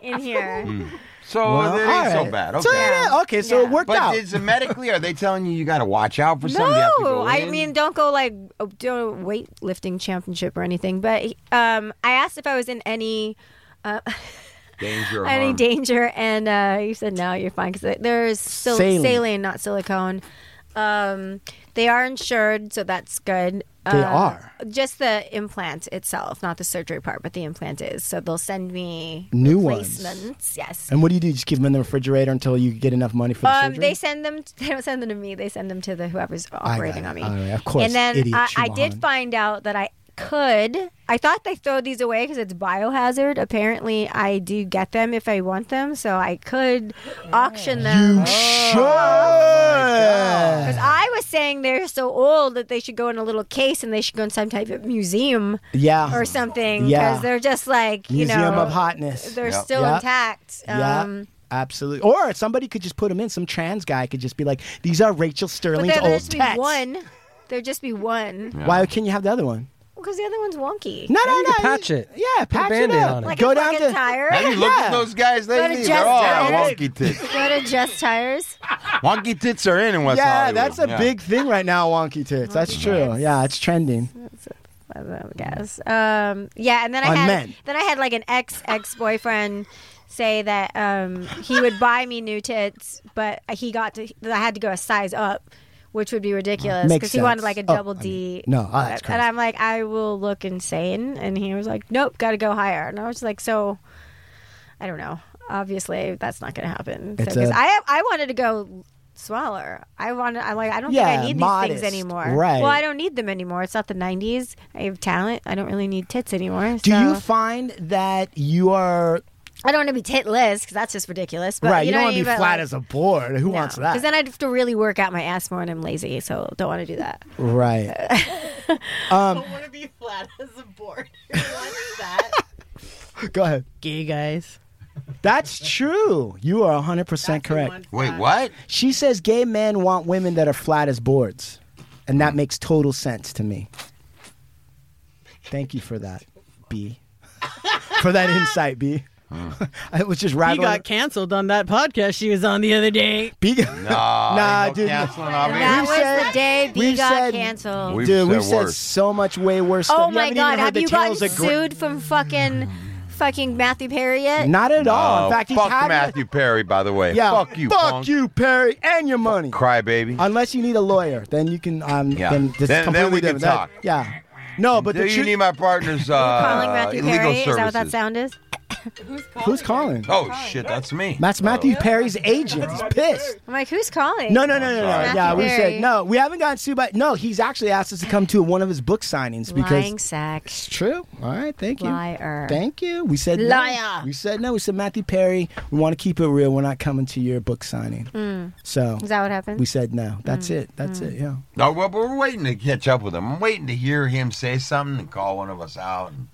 in Hmm. here." So Well, it ain't all so right. bad. So, Okay. yeah, okay, so it Yeah. worked But out. is it medically? Are they telling you you got to watch out for something? You have to No, go I in? mean, don't go like oh, do a weightlifting championship or anything. But um, I asked if I was in any danger. or any harm. danger, and uh, he said, "No, you're fine because there's sil- Saline. saline. not silicone." Um, they are insured, so that's good. They are. just the implant itself, not the surgery part, but the implant is. So they'll send me New ones. replacements. Yes. And what do you do? You just keep them in the refrigerator until you get enough money for the Um, surgery? they send them. They don't send them to me. They send them to the whoever's got operating it. on me. All right, of course, And then idiot I, I Shumahan. did find out that I could. I thought they throw these away because it's biohazard. Apparently, I do get them if I want them, so I could auction them. oh Sure. Because I was saying they're so old that they should go in a little case and they should go in some type of museum Yeah. or something. Yeah. Because they're just like you Museum know, of Hotness. They're um, Yep. still Yep. intact. yeah. Absolutely. Or somebody could just put them in. Some trans guy could just be like, these are Rachel But Sterling's there- there'll old just be tats. one. There'll just be one. Why can't you have the other one? Because the other one's wonky. No, no, you no. can patch it. Yeah, a patch it Band-Aid up. on it. Like Go a down fucking to. tire. Have you looked Yeah. at those guys lately? Just They're all tires. wonky tits. Go to Just Tires. Wonky tits are in in West Yeah, Hollywood. that's a Yeah. Mm-hmm. big thing right now, wonky tits. That's true. Yeah, it's trending. I guess. Um, yeah, and then I On had men. then I had like an ex ex boyfriend say that um, he would buy me new tits, but he got to that I had to go a size up, which would be ridiculous Makes because he wanted sense. like a Oh, double I D. mean, no, oh, that's and crazy. I'm like, I will look insane, and he was like, Nope, got to go higher, and I was like, so I don't know. Obviously, that's not going to happen. It's Because so, 'cause a- I I wanted to go smaller. I wanted. I like. I don't think Yeah, I need these modest, things anymore. right. Well, I don't need them anymore. It's not the '90s. I have talent. I don't really need tits anymore. Do so- you find that you are I don't want to be titless because that's just ridiculous. But right? You, You know don't what want I to mean? be But, flat like, as a board. Who wants that? Because then I'd have to really work out my ass more, and I'm lazy, so don't want to do that. right. Um, I want to be flat as a board. Who wants that? Go ahead. Gay guys. That's true. You are 100% correct. Wait, what? She says gay men want women that are flat as boards. And that makes total sense to me. Thank you for that, B. for that insight, B. I was just He rattling. got canceled on that podcast she was on the other day. B. Nah, Nah, Uh, ain't no dude. Canceling on me. We've that was Uh, said- the day B we've got said- canceled. We've Dude, we've said said worse. so much way worse stuff. oh You my haven't even god, heard have the you gotten tales of gr- sued from fucking fucking Matthew Perry yet? Not at all. Oh, In fact, he's fuck had Matthew Perry, by the way. Yeah, Fuck you, fuck punk. you, Uh, Perry, and your money. Crybaby. Unless you need a lawyer, then you can. Um, Yeah. Then, this is Then- then we completely can different. That- talk. yeah. No, but Do the you truth. need my partner's uh, calling Matthew legal Perry. services? Is that what that sound is? Who's calling? Oh shit, that's me. Oh. That's Oh. Matthew Perry's agent. He's pissed. I'm like, who's calling? No, no, no, no, no. Sorry. Yeah, we Matthew said Perry. no. We haven't gotten sued by. No, he's actually asked us to come to one of his book signings because Lying sack. it's true. All right, thank you. Liar. Thank you. We said Liar. No. We said no. We said Matthew Perry. We want to keep it real. We're not coming to your book signing. So Mm. Is Mm. that what happened? we said no. That's it. That's it. Yeah. No, we're, we're waiting to catch up with him. I'm waiting to hear him say something and call one of us out. And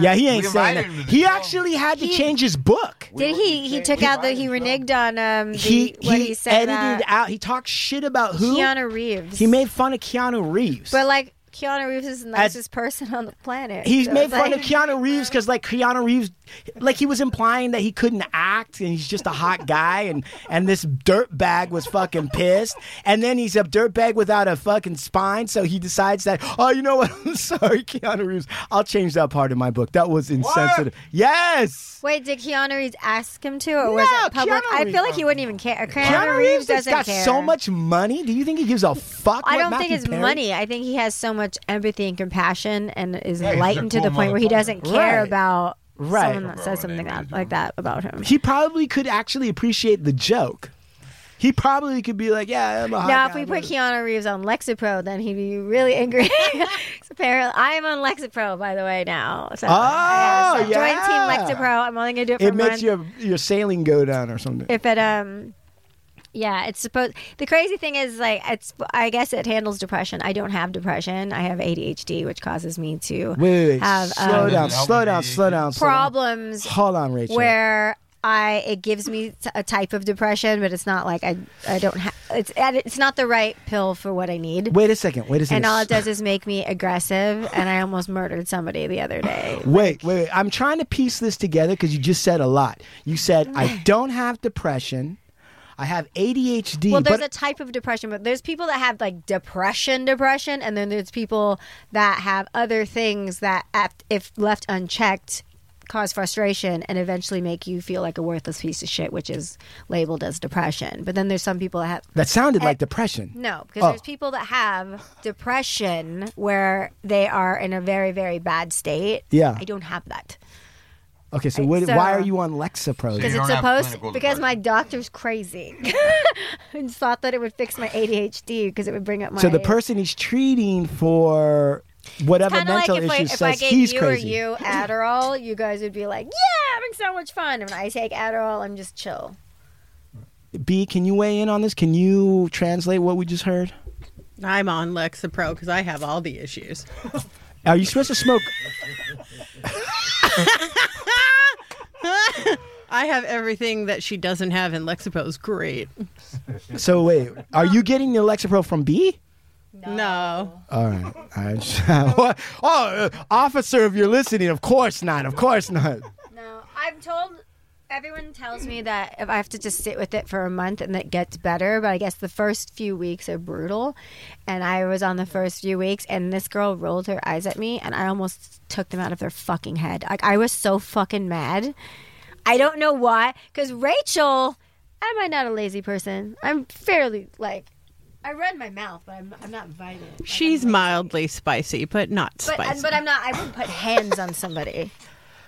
Yeah, he ain't We saying invited that. him to the He show. actually had to change his book. Did he? He took out the. He reneged on um the, He what he, he said edited about out. He talked shit about who. Keanu Reeves. He made fun of Keanu Reeves. but like Keanu Reeves is the nicest person on the planet. He's so made it's fun of like- uh, Keanu Reeves because, like, Keanu Reeves, like, he was implying that he couldn't act and he's just a hot guy, and and this dirtbag was fucking pissed. And then he's a dirtbag without a fucking spine, so he decides that, oh, you know what? I'm sorry, Keanu Reeves. I'll change that part in my book. That was insensitive. Yes. Wait, did Keanu Reeves ask him to, or was No, it public? Keanu I Reeves- feel like he wouldn't even care. Keanu, Keanu Reeves Reeves has doesn't got care. so much money. Do you think he gives a fuck? I what don't think Matthew it's Perry- money. I think he has so much empathy and compassion, and is he's a enlightened to cool the point where he motherfucker. doesn't care Right. about Right. someone that says something that, like that about him. He probably could actually appreciate the joke. He probably could be like, yeah, I'm a hot Now, if guy, we put but- Keanu Reeves on Lexapro, then he'd be really angry. 'Cause apparently, I am on Lexapro, by the way, now. So I Oh, gotta stop. yeah. Join Team Lexapro. I'm only gonna do it for it a makes month. your your saline go down or something. if it um, yeah, it's supposed. The crazy thing is, like, it's. I guess it handles depression. I don't have depression. I have ADHD, which causes me to wait, wait, wait. have slow, um, down, slow down, slow down, slow down. problems Hold on, Rachel. where I it gives me t- a type of depression, but it's not like I I don't have it's and it's not the right pill for what I need. Wait a second. Wait a second. And all it does is make me aggressive, and I almost murdered somebody the other day. Wait, wait, wait. I'm trying to piece this together because you just said a lot. You said I don't have depression. I have ADHD. Well, there's but a type of depression, but there's people that have like depression, depression, and then there's people that have other things that, at- if left unchecked, cause frustration and eventually make you feel like a worthless piece of shit, which is labeled as depression. But then there's some people that have that sounded like depression. eh, No, because Oh. there's people that have depression where they are in a very, very bad state. Yeah. I don't have that. Okay, so, what, So- why are you on Lexapro? Because then? it's don't have supposed clinical because my doctor's crazy. I just thought that it would fix my ADHD because it would bring up my So the person he's treating for whatever Kind of like mental if, I, issue if says I gave he's you crazy. or you Adderall, you guys would be like, "Yeah, having so much fun." And when I take Adderall, I'm just chill. B, can you weigh in on this? Can you translate what we just heard? I'm on Lexapro because I have all the issues. Are you supposed to smoke? I have everything that she doesn't have, and Lexapro's great. So wait, are you getting the Lexapro from B? No. All right. I just- What? oh, uh, officer, if you're listening, of course not. Of course not. No, I'm told. Everyone tells me that if I have to just sit with it for a month and it gets better, but I guess the first few weeks are brutal. And I was on the first few weeks, and this girl rolled her eyes at me, and I almost took them out of their fucking head. Like I was so fucking mad. I don't know why, because Rachel, am I not a lazy person? I'm fairly like, I run my mouth, but I'm, I'm not violent. Like, She's mildly spicy, but not but spicy. but I'm not. I wouldn't put hands on somebody.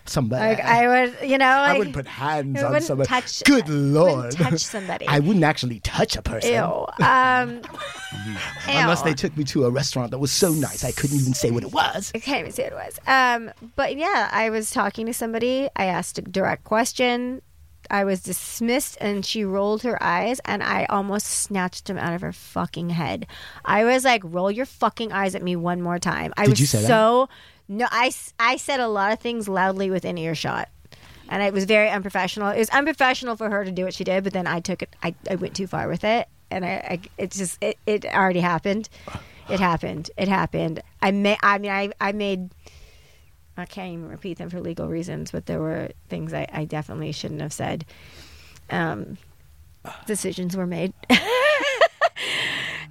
Somebody. Like I would, you know. Like, I wouldn't put hands I on wouldn't somebody. touch- Good I wouldn't lord. touch somebody. I wouldn't actually touch a person Ew. Um, unless ew. they took me to a restaurant that was so nice I couldn't even say what it was. I can't even say what it was. Um, but yeah, I was talking to somebody. I asked a direct question. I was dismissed, and she rolled her eyes, and I almost snatched him out of her fucking head. I was like, "Roll your fucking eyes at me one more time." I Did was you say that? so no. I s- I said a lot of things loudly within earshot. And it was very unprofessional. It was unprofessional for her to do what she did, but then I took it. I, I went too far with it, and I, I it's just it, it already happened. It happened. It happened. I may. I mean, I I made. I can't even repeat them for legal reasons, but there were things I, I definitely shouldn't have said. Um, decisions were made,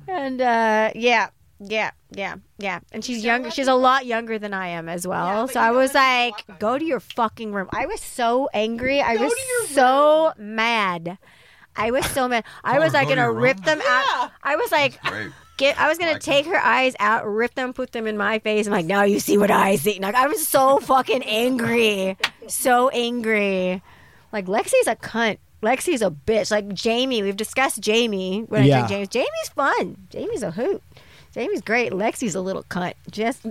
and uh, yeah, yeah, yeah, yeah. And she's younger. She's a lot younger than I am as well. so I was like, "Go to your fucking room." I was so angry. I was so mad. I was so mad. I was like gonna rip them out. I was like, get. I was gonna take her eyes out, rip them, put them in my face. I'm like, now you see what I see. Like I was so fucking angry, so angry. Like Lexi's a cunt. Lexi's a bitch. Like Jamie, we've discussed Jamie. When Yeah. I drink James, Jamie's fun. Jamie's a hoot. Jamie's great. Lexi's a little cunt. Just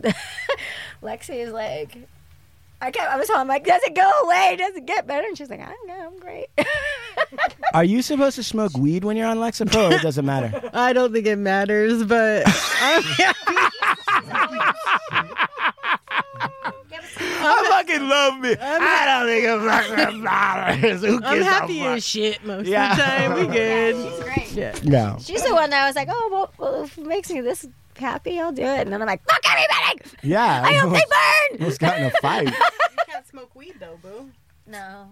Lexi is like. I kept, I was home like, does it go away? Does it get better? And she's like, I don't know, I'm great. Are you supposed to smoke weed when you're on Lexapro or it doesn't matter? I don't think it matters, but Yeah, but I fucking love me. I don't think it fucking matters. Who I'm gives a happy fuck? as shit most Yeah. of the time. We good. She's great. No. She's the one that was like, oh, well, well, if it makes me this happy, I'll do it. And then I'm like, fuck everybody! Yeah. I hope almost, they burn! almost got in a fight. You can't smoke weed though, boo. No.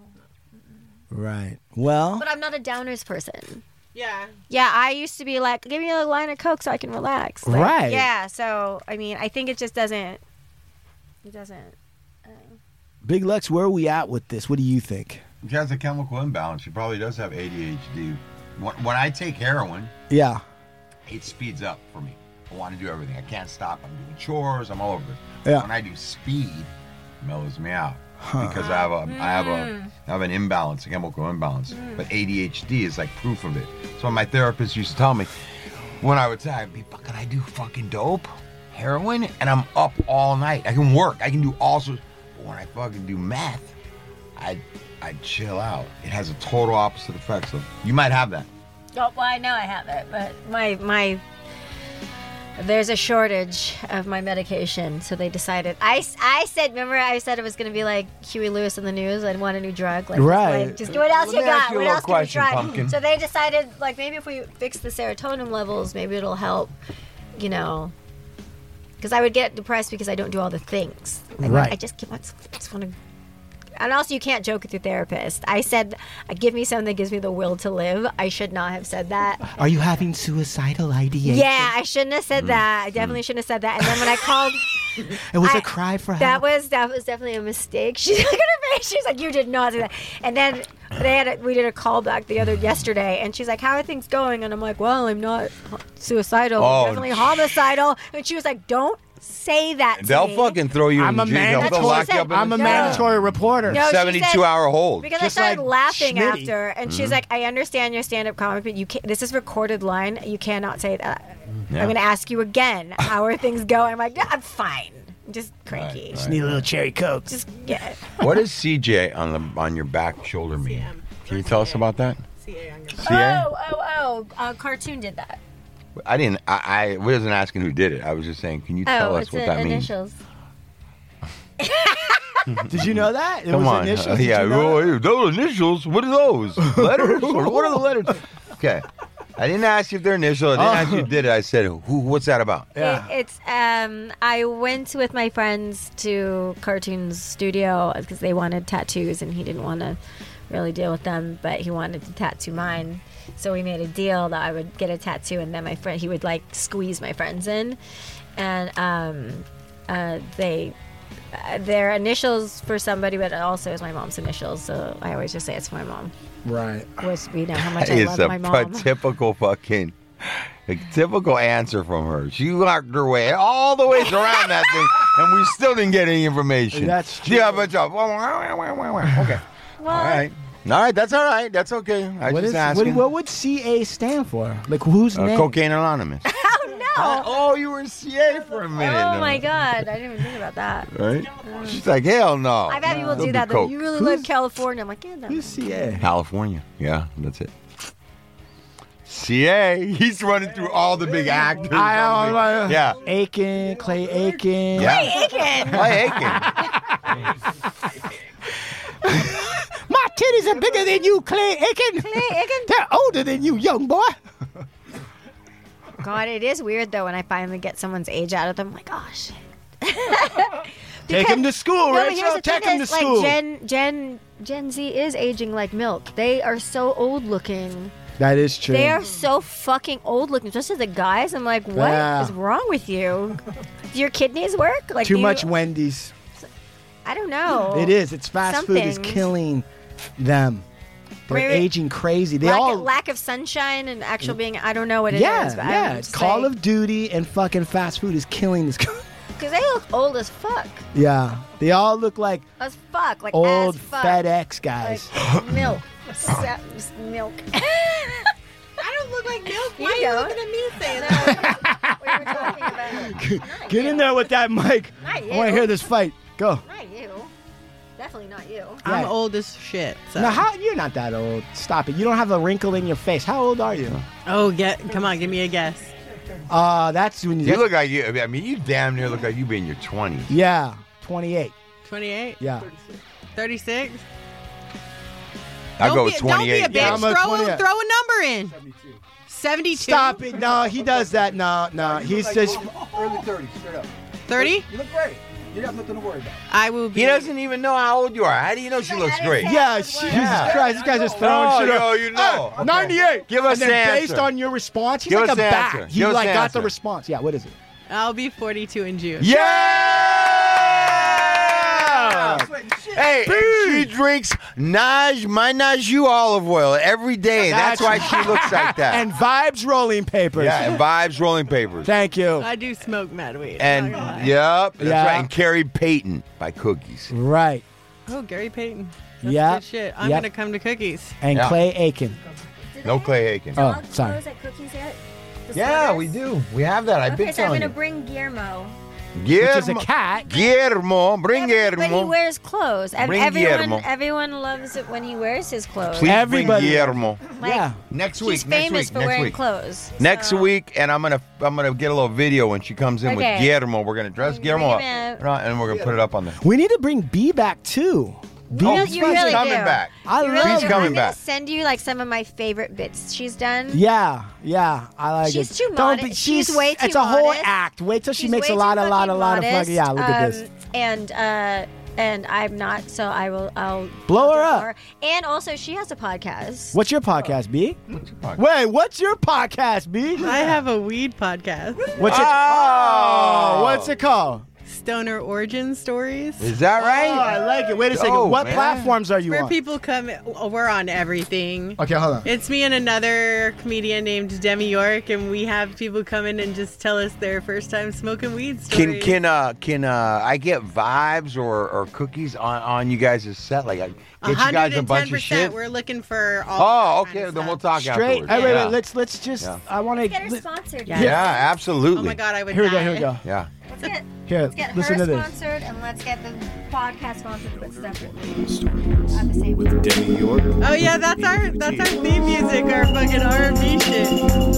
right. Well, But I'm not a downers person. Yeah. Yeah, I used to be like, give me a line of Coke so I can relax. Like, Right. Yeah, so, I mean, I think it just doesn't. It doesn't. Big Lux, where are we at with this? What do you think? She has a chemical imbalance. She probably does have ADHD. When, when I take heroin, Yeah. it speeds up for me. I want to do everything. I can't stop. I'm doing chores. I'm all over. it. Yeah. When I do speed, it mellows me out because I have a I have a I have an imbalance, a chemical imbalance. But ADHD is like proof of it. So my therapist used to tell me when I would say I'd be fucking I do fucking dope, heroin, and I'm up all night. I can work. I can do all sorts. But when I fucking do meth, I I chill out. It has a total opposite effect. So you might have that. Oh, well, I know I have it, but my my there's a shortage of my medication, so they decided. I, s- I said, remember, I said it was going to be like Huey Lewis in the news. I'd want a new drug, like Right. like, just do what else Let me you ask got. you a what little else can we question, try? Pumpkin. So they decided, like maybe if we fix the serotonin levels, maybe it'll help. You know, because I would get depressed because I don't do all the things. Like, Right. I just keep on, just want to and also, you can't joke with your therapist. I said, uh, "Give me something that gives me the will to live." I should not have said that. Are you having suicidal ideation? Yeah, I shouldn't have said that. I definitely shouldn't have said that. And then when I called, It was a I- cry for that help. was that was definitely a mistake. She's looking at her face. She's like, "You did not do that." And then they had a, we did a call back the other yesterday, and she's like, "How are things going?" And I'm like, "Well, I'm not suicidal. I'm Oh, definitely sh- homicidal." And she was like, "don't say that." to They'll me." fucking throw you I'm in a jail. mandatory- They'll lock you up in I'm a the- No. mandatory reporter. No, she said- 72 hour hold. Because Just I started like laughing Schmitty. after, and Mm-hmm. she's like, "I understand your stand-up comedy, but you can't, this is recorded line. You cannot say that. Mm-hmm. Yeah. I'm going to ask you again. How are things going?" I'm like, "Yeah, "I'm fine. I'm just cranky. Right, Need a little cherry coke. Just yeah." What does CJ on the on your back shoulder mean? Can you tell us about that? CA on your CA? Oh, oh, oh! Uh, cartoon did that. I didn't. I, I wasn't asking who did it. I was just saying, can you tell oh, us it's what the that means? initials. Did you know that? It Come was on. initials. Uh, Did yeah. you know that? well, those initials. What are those? Letters? or what are the letters? Okay. I didn't ask you if they're initial. I didn't ask you if you did it. I said, who? What's that about? Yeah. It, it's um I went with my friends to Cartoon's studio because they wanted tattoos and he didn't want to really deal with them, but he wanted to tattoo mine. So we made a deal that I would get a tattoo and then my friend he would like squeeze my friends in and um uh they uh, their initials for somebody, but it also is my mom's initials. So I always just say it's my mom, Right. which we know how much That I is love a my mom. p- typical fucking, a typical answer from her. She locked her way all the ways around that thing, and we still didn't get any information. That's Yeah, but uh, y'all- wah, wah, wah, wah, wah. okay. Well, All right. All right. That's all right. That's okay. I What just is what, asking. what would CA stand for? Like whose Uh, name? cocaine Anonymous. no. oh, you were in CA for a minute. Oh my god, I didn't even think about that. Right? She's like, hell no. I've had people They'll do that. Though. coke. You really Who's- love California. I'm like, yeah, no. Who's CA? California. Yeah, that's it. CA. He's running through all the big actors. I all the don't big- know. Yeah. Aiken, Clay Aiken. Yeah. Aiken. Clay Aiken. My titties are bigger than you, Clay Aiken. Aiken. They're older than you, young boy. God, it is weird though when I finally get someone's age out of them. Like, oh shit. Take him to school, No, but here's Rachel. the Take thing him to is, like, school. Gen Gen Gen Z is aging like milk. They are so old looking. that is true. They are so fucking old looking. Just as the guys, I'm like, what Yeah. is wrong with you? Do your kidneys work? Like Too do you- much Wendy's. I don't know. It is. It's fast Some food is things. killing them. They're Wait, wait. aging crazy. They lack, all Mm. lack of sunshine and actual being. I don't know what it is. yeah, but yeah. Call of Duty and fucking fast food is killing this. co- because they look old as fuck. yeah, they all look like As fuck, like old as fuck. FedEx guys. Like, milk, Sa- milk. I don't look like milk. You Why are don't. you looking at me saying that? we were talking about not Get you. in there with that mic. Not you. I want to hear this fight. Go. Not you. Definitely not you. I'm Yeah. old as shit. So. Now, how you're not that old? Stop it. You don't have a wrinkle in your face. How old are you? oh, get come on, give me a guess. Uh, that's when you. You look like you. I mean, you damn near look like you be in your twenties. yeah, 28. 28? Yeah. 36? I'll don't go be, with Don't be 28. a bitch. Yeah, I'm a throw, a, 28. throw a number in. 72. Stop it. No, he does that. No, no. He's just. early 30s, straight up. 30? You look great. You got nothing to worry about. I will be. He doesn't even know how old you are. How do you know she looks great? Yeah, Jesus Yeah. Christ. This guy's just throwing No, shit up. yo, you know. Hey, 98. Give us and then the based answer. on your response, he's Give like us a the bat. answer. He Give us like the got answer. the response. Yeah, what is it? I'll be 42 in June. Yeah! Hey, and she drinks Naj Minaj You olive oil every day. That's, why she looks like that. And vibes rolling papers. yeah, and vibes rolling papers. Thank you. I do smoke mad weed. and I'm not gonna lie. yep, that's Yeah. right. And Carrie Payton by Cookies. Right. Oh, Gary Payton. That's Yeah. good shit. I'm Yeah. going to come to cookies. And Yeah. Clay Aiken. No Clay Aiken. Oh, sorry. Yeah, we do. We have that. I've Okay, been so I'm telling gonna you. bring Guillermo. Guillermo, Which is a cat. Guillermo, bring Yeah, but- But he Guillermo. wears clothes, and Bring everyone Guillermo. everyone loves it when he wears his clothes. Please Everybody- bring Guillermo. Like, yeah. Next week. He's famous next week. for next wearing week. clothes. Next so- week, and I'm gonna I'm gonna get a little video when she comes in with Okay. Guillermo. We're gonna dress Bring Guillermo up, him and we're gonna put it up on the. We need to bring B back too. B Oh, is you fucking- really- coming do. back. I You really love He's do. her. coming I'm gonna back. send you like some of my favorite bits she's done. Yeah, yeah, I like She's it. too modest. she's, She's way It's too a whole modest. act. Wait till she She's makes way a too lot, a lot, a fucking lot of modest, fucking. Yeah, look at this. um, And uh, and I'm not, so I will. I'll Blow I'll her do up. more. And also, she has a podcast. What's your podcast, B? Wait, what's your podcast, B? I have a weed podcast. What's it? Oh! what's it called? Stoner origin stories. Is that Oh, I right? like it. Wait a second. Oh, what man. platforms are you Where on? people come, oh, we're on everything. okay, hold on. It's me and another comedian named Demi York, and we have people come in and just tell us their first time smoking weed Can stories. can uh can uh I get vibes or or cookies on on you guys' set? Like I get you guys a bunch of 110%, shit. We're looking for all. Oh, that kind okay. of Then we'll stuff. talk Straight. afterwards. Hey, wait, yeah. wait. Let's let's just. Yeah. I want Get her to. sponsored. Yeah. yeah, absolutely. Oh my god, I would. Here we go. die. Here we go. Yeah. Let's get, Here, let's get listen her to this. sponsored, and let's get the podcast sponsored, but separately. with Demi York. Oh yeah, that's our that's our theme music, our fucking R and B shit.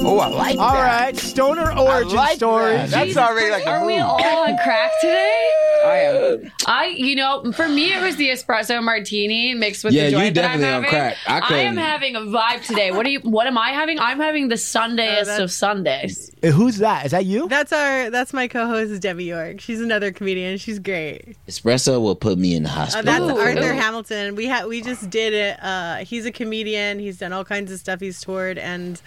Oh, I like All that. right, stoner origin like story. that. That's already like a Are we move. all on crack today? I am. I, you know, for me it was the espresso martini mixed with Yeah, the you joint that definitely I'm on having. crack. I couldn't. am having a vibe today. What are you? What am I having? I'm having the Sundayest that's- of Sundays. Uh, Who's that? Is that you? That's our that's my co-host Debbie York. She's another comedian. She's great. Espresso will put me in the Uh, hospital. that's Ooh. Arthur Hamilton. We had we just did it. Uh, he's a comedian. He's done all kinds of stuff. He's toured and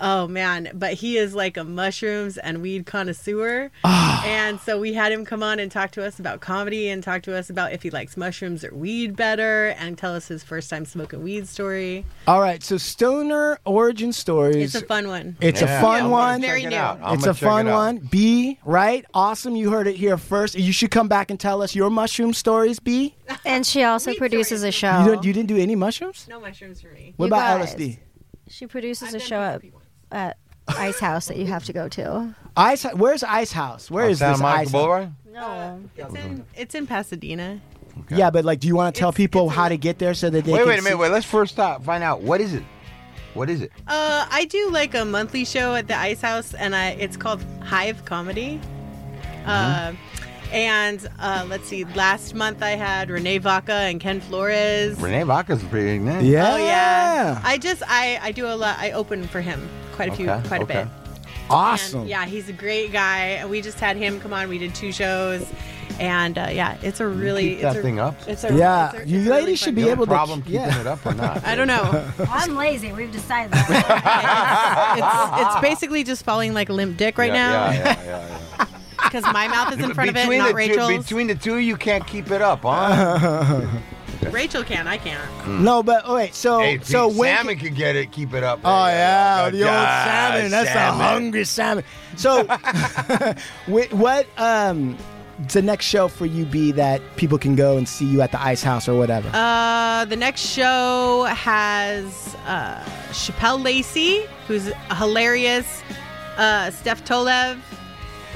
oh man, but he is like a mushrooms and weed connoisseur. Ah. and so we had him come on and talk to us about comedy and talk to us about if he likes mushrooms or weed better and tell us his first time smoking weed story. All right, so stoner origin stories. It's a fun one. It's Yeah. a fun Yeah, one. very Check it new. out. I'ma it's a check it fun out. one. B, right? Awesome. You heard it here first. You should come back and tell us your mushroom stories, B. And she also produces a show. You, don't, you didn't do any mushrooms? No mushrooms for me. What You about guys. LSD? She produces a show at, at Ice House that you have to go to. Ice, where's Ice House? Where is Santa this Monica Ice House? Boulevard? No. It's in, it's in Pasadena. Yeah, but like, do you want to tell people how to get there so that they Wait, can wait a minute. see- Wait, let's first stop. Find out what is it. What is it? Uh, I do like a monthly show at the Ice House, and I, it's called Hive Comedy. Mm-hmm. Uh, and uh, let's see, last month I had Renee Vaca and Ken Flores. Renee Vaca's pretty nice. Yeah. Oh yeah, I just I I do a lot. I open for him quite a few, Okay, quite okay. a bit. And, awesome. yeah, he's a great guy. and We just had him come on. We did two shows, and uh, yeah, it's a really keep that it's a, thing up? It's a Yeah, it's a- you it's a really ladies fun should be You show. have a able to- problem keeping yeah. it up or not? I don't know. I'm lazy. We've decided that. it's, it's basically just falling like a limp dick right Yeah, now. Yeah, yeah, yeah, yeah. because my mouth is in front of it, between not the two, Rachel's. between the two, you can't keep it up, huh? Rachel can, I can't. No, but oh, wait. So, Hey, so Pete, when? salmon can get it, keep it up. Oh yeah, Good the old God, salmon. That's salmon. a hungry salmon. So, wh- what um, the next show for you be that people can go and see you at the Ice House or whatever? Uh, the next show has uh, Chappelle Lacey, who's hilarious, uh, Steph Tolev,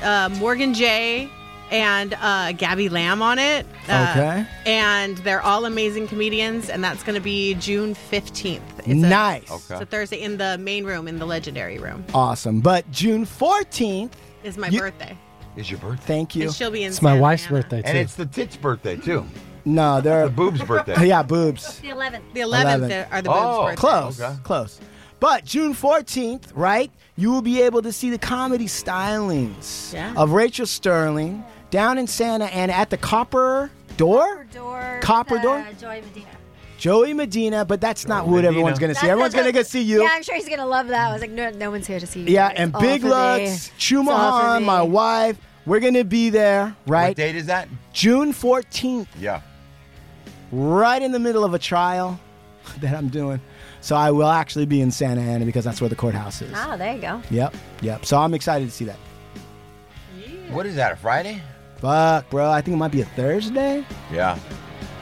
uh, Morgan Jay, and uh, Gabby Lamb on it. Uh, Okay. And they're all amazing comedians, and that's going to be June 15th. It's a- nice, Okay. It's a Thursday in the main room, in the legendary room, awesome. But June fourteenth is my You- birthday. Is your birthday? Thank you. And she'll be in It's my Santa wife's Ana. birthday, And too. it's the tits' birthday too. No, they're the boob's birthday. yeah, boobs. The 11th. The 11th. 11th are the boobs' birthday. Close, close. But June 14th, right, you will be able to see the comedy stylings Yeah. of Rachel Sterling down in Santa Ana at the Copper Door? Door. Copper with, door? uh, Joy Medina. Joey Medina, but that's not what everyone's going to see. That's Everyone's not going to go see you. Yeah, I'm sure he's gonna love that. I was like, no, no one's here to see you. Yeah, It's and all Big for me. Lutz, Chuma It's all for Han, me. my wife. We're gonna be there, right? What date is that? June fourteenth, Yeah. right in the middle of a trial that I'm doing. So I will actually be in Santa Ana because that's where the courthouse is. Oh, there you go. Yep, yep. So I'm excited to see that. What is that? A Friday? Fuck, bro. I think it might be a Thursday. Yeah.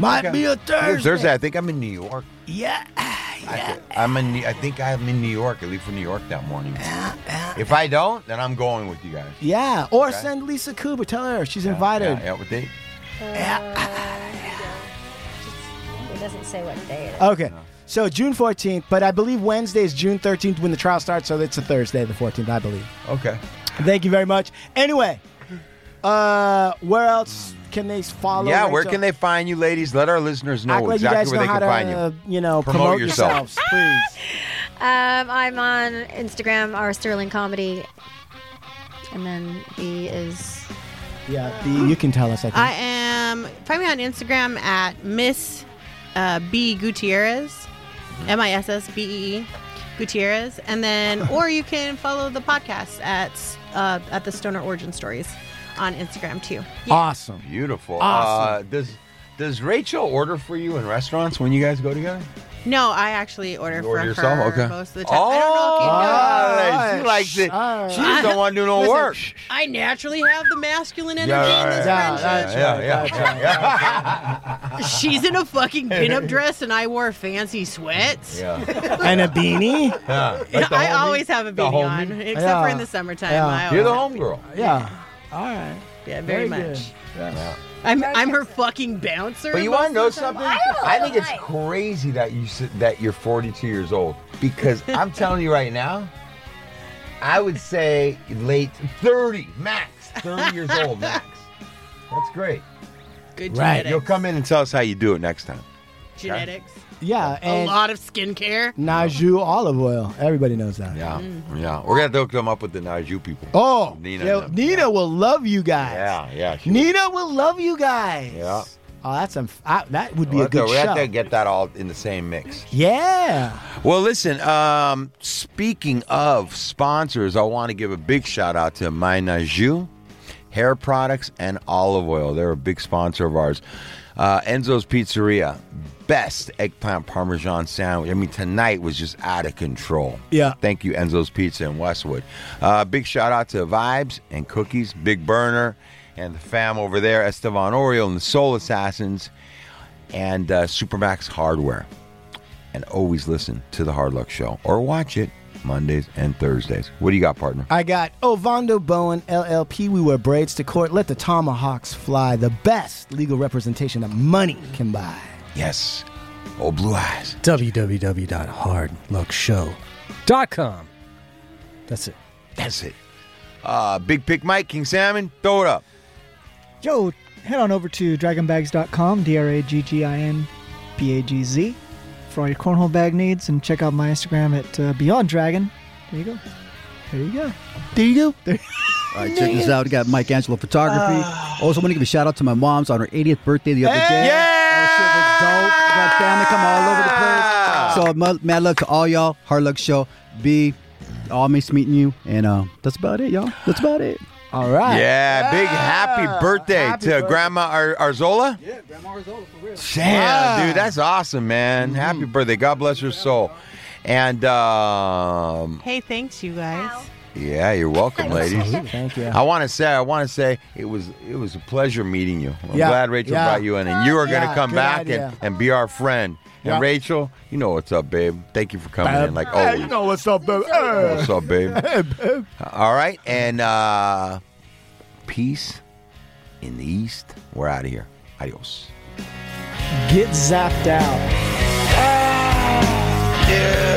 Might Okay. be a Thursday. Thursday. I think I'm in New York. Yeah. I, I'm in. I think I'm in New York. I leave for New York that morning. If I don't, then I'm going with you guys. Yeah. Or Okay. send Lisa Cooper. Tell her she's Yeah, invited. yeah, what date? It doesn't say what day it is. Okay. So June 14th, but I believe Wednesday is June 13th when the trial starts, so it's a Thursday, the 14th, I believe. Okay. Thank you very much. Anyway, uh, where else can they follow? yeah, where Rachel? can they find you, ladies? Let our listeners know Act like you guys exactly know where they how can find uh, to, you. you. know, promote, Promote yourself. yourselves, please. Um, I'm on Instagram, R Sterling Comedy, and then B is Yeah, the, you can tell us. I think. I am. Find me on Instagram at Miss uh, B Gutierrez, M I S S B E E Gutierrez, and then or you can follow the podcast at uh, at the Stoner Origin Stories on Instagram too. Awesome. Beautiful. Awesome. Uh, does Does Rachel order for you in restaurants when you guys go together? No, I actually order order for yourself? her Okay. most of the time. I don't Oh, know if you know. she likes it. She just don't want to do no Listen, work. I naturally have the masculine energy in this Yeah, friendship. that's Yeah, right, yeah, that's yeah, right. She's in a fucking pinup dress and I wore fancy sweats. Yeah. And a beanie. Yeah. Like the I homie? always have a The beanie homie? on, except Yeah. for in the summertime. Yeah. I You're the always- homegirl. Yeah. All right. Yeah, very, Very much. Yeah. I'm I'm her fucking bouncer. But you most want of to the know time. something? I don't I think it's like- crazy that you s- that you're 42 years old because I'm telling you right now, I would say late 30 max, 30 years old max. That's great. Good Right, genetics. You'll come in and tell us how you do it next time. genetics. Yeah, a and lot of skincare. Najou olive oil. Everybody knows that. Yeah, yeah. We're gonna have to come up with the Naju people. Oh, Nina Nina, and them. Nina will love you guys. Yeah, yeah. she- Nina will love you guys. Yeah. Oh, that's a, I, that would be We'll a have to- good we have show. to get that all in the same mix. yeah. Well, listen, um, speaking of sponsors, I want to give a big shout out to My Najou Hair Products and Olive Oil. They're a big sponsor of ours. Uh, Enzo's Pizzeria, best eggplant parmesan sandwich. I mean, tonight was just out of control. Yeah. Thank you, Enzo's Pizza in Westwood. Uh, big shout out to Vibes and Cookies, Big Burner, and the fam over there, Estevan Oriole and the Soul Assassins, and uh, Supermax Hardware and always listen to the Hard Luck Show or watch it Mondays and Thursdays. What do you got, partner? I got Ovando Bowen, LLP. We wear braids to court. Let the tomahawks fly. The best legal representation that money can buy. Yes. Oh, blue eyes. www.hardluckshow.com. That's it. That's it. Uh, Big Pick Mike, King Salmon, throw it up. Joe, head on over to dragonbags.com, D R A G G I N B A G Z, for all your cornhole bag needs, and check out my Instagram at uh, Beyond Dragon. There you go. There you go. There you go. All right, check this out. We got Mike Angelo Photography. Ah. also, want to give a shout out to my mom's on her 80th birthday the other day. Yeah! That shit was dope. Got family come all over Ah. the place. Yeah. So, uh, mu- mad love to all y'all. Hard luck show. B, always meeting you. And uh, that's about it, y'all. That's about it. All right. Yeah, big happy birthday Ah. Happy to birthday. Grandma Ar- Arzola. Yeah, Grandma Arzola for real. Damn, Ah. dude, that's awesome, man. Mm-hmm. Happy birthday. God bless your soul. And um, Hey, thanks you guys. yeah, you're welcome, ladies. Thank you. I want to say, I want to say, it was it was a pleasure meeting you. I'm Yeah. glad Rachel Yeah. brought you in, and you are going Yeah, to come good back idea. and, and be our friend. And Yeah. Rachel, you know what's up, babe. Thank you for coming in, like oh. Hey, always. you know what's up, baby. Hey. What's up, babe? All right, and uh peace in the east. We're out of here. Adios. Get zapped out. Yeah.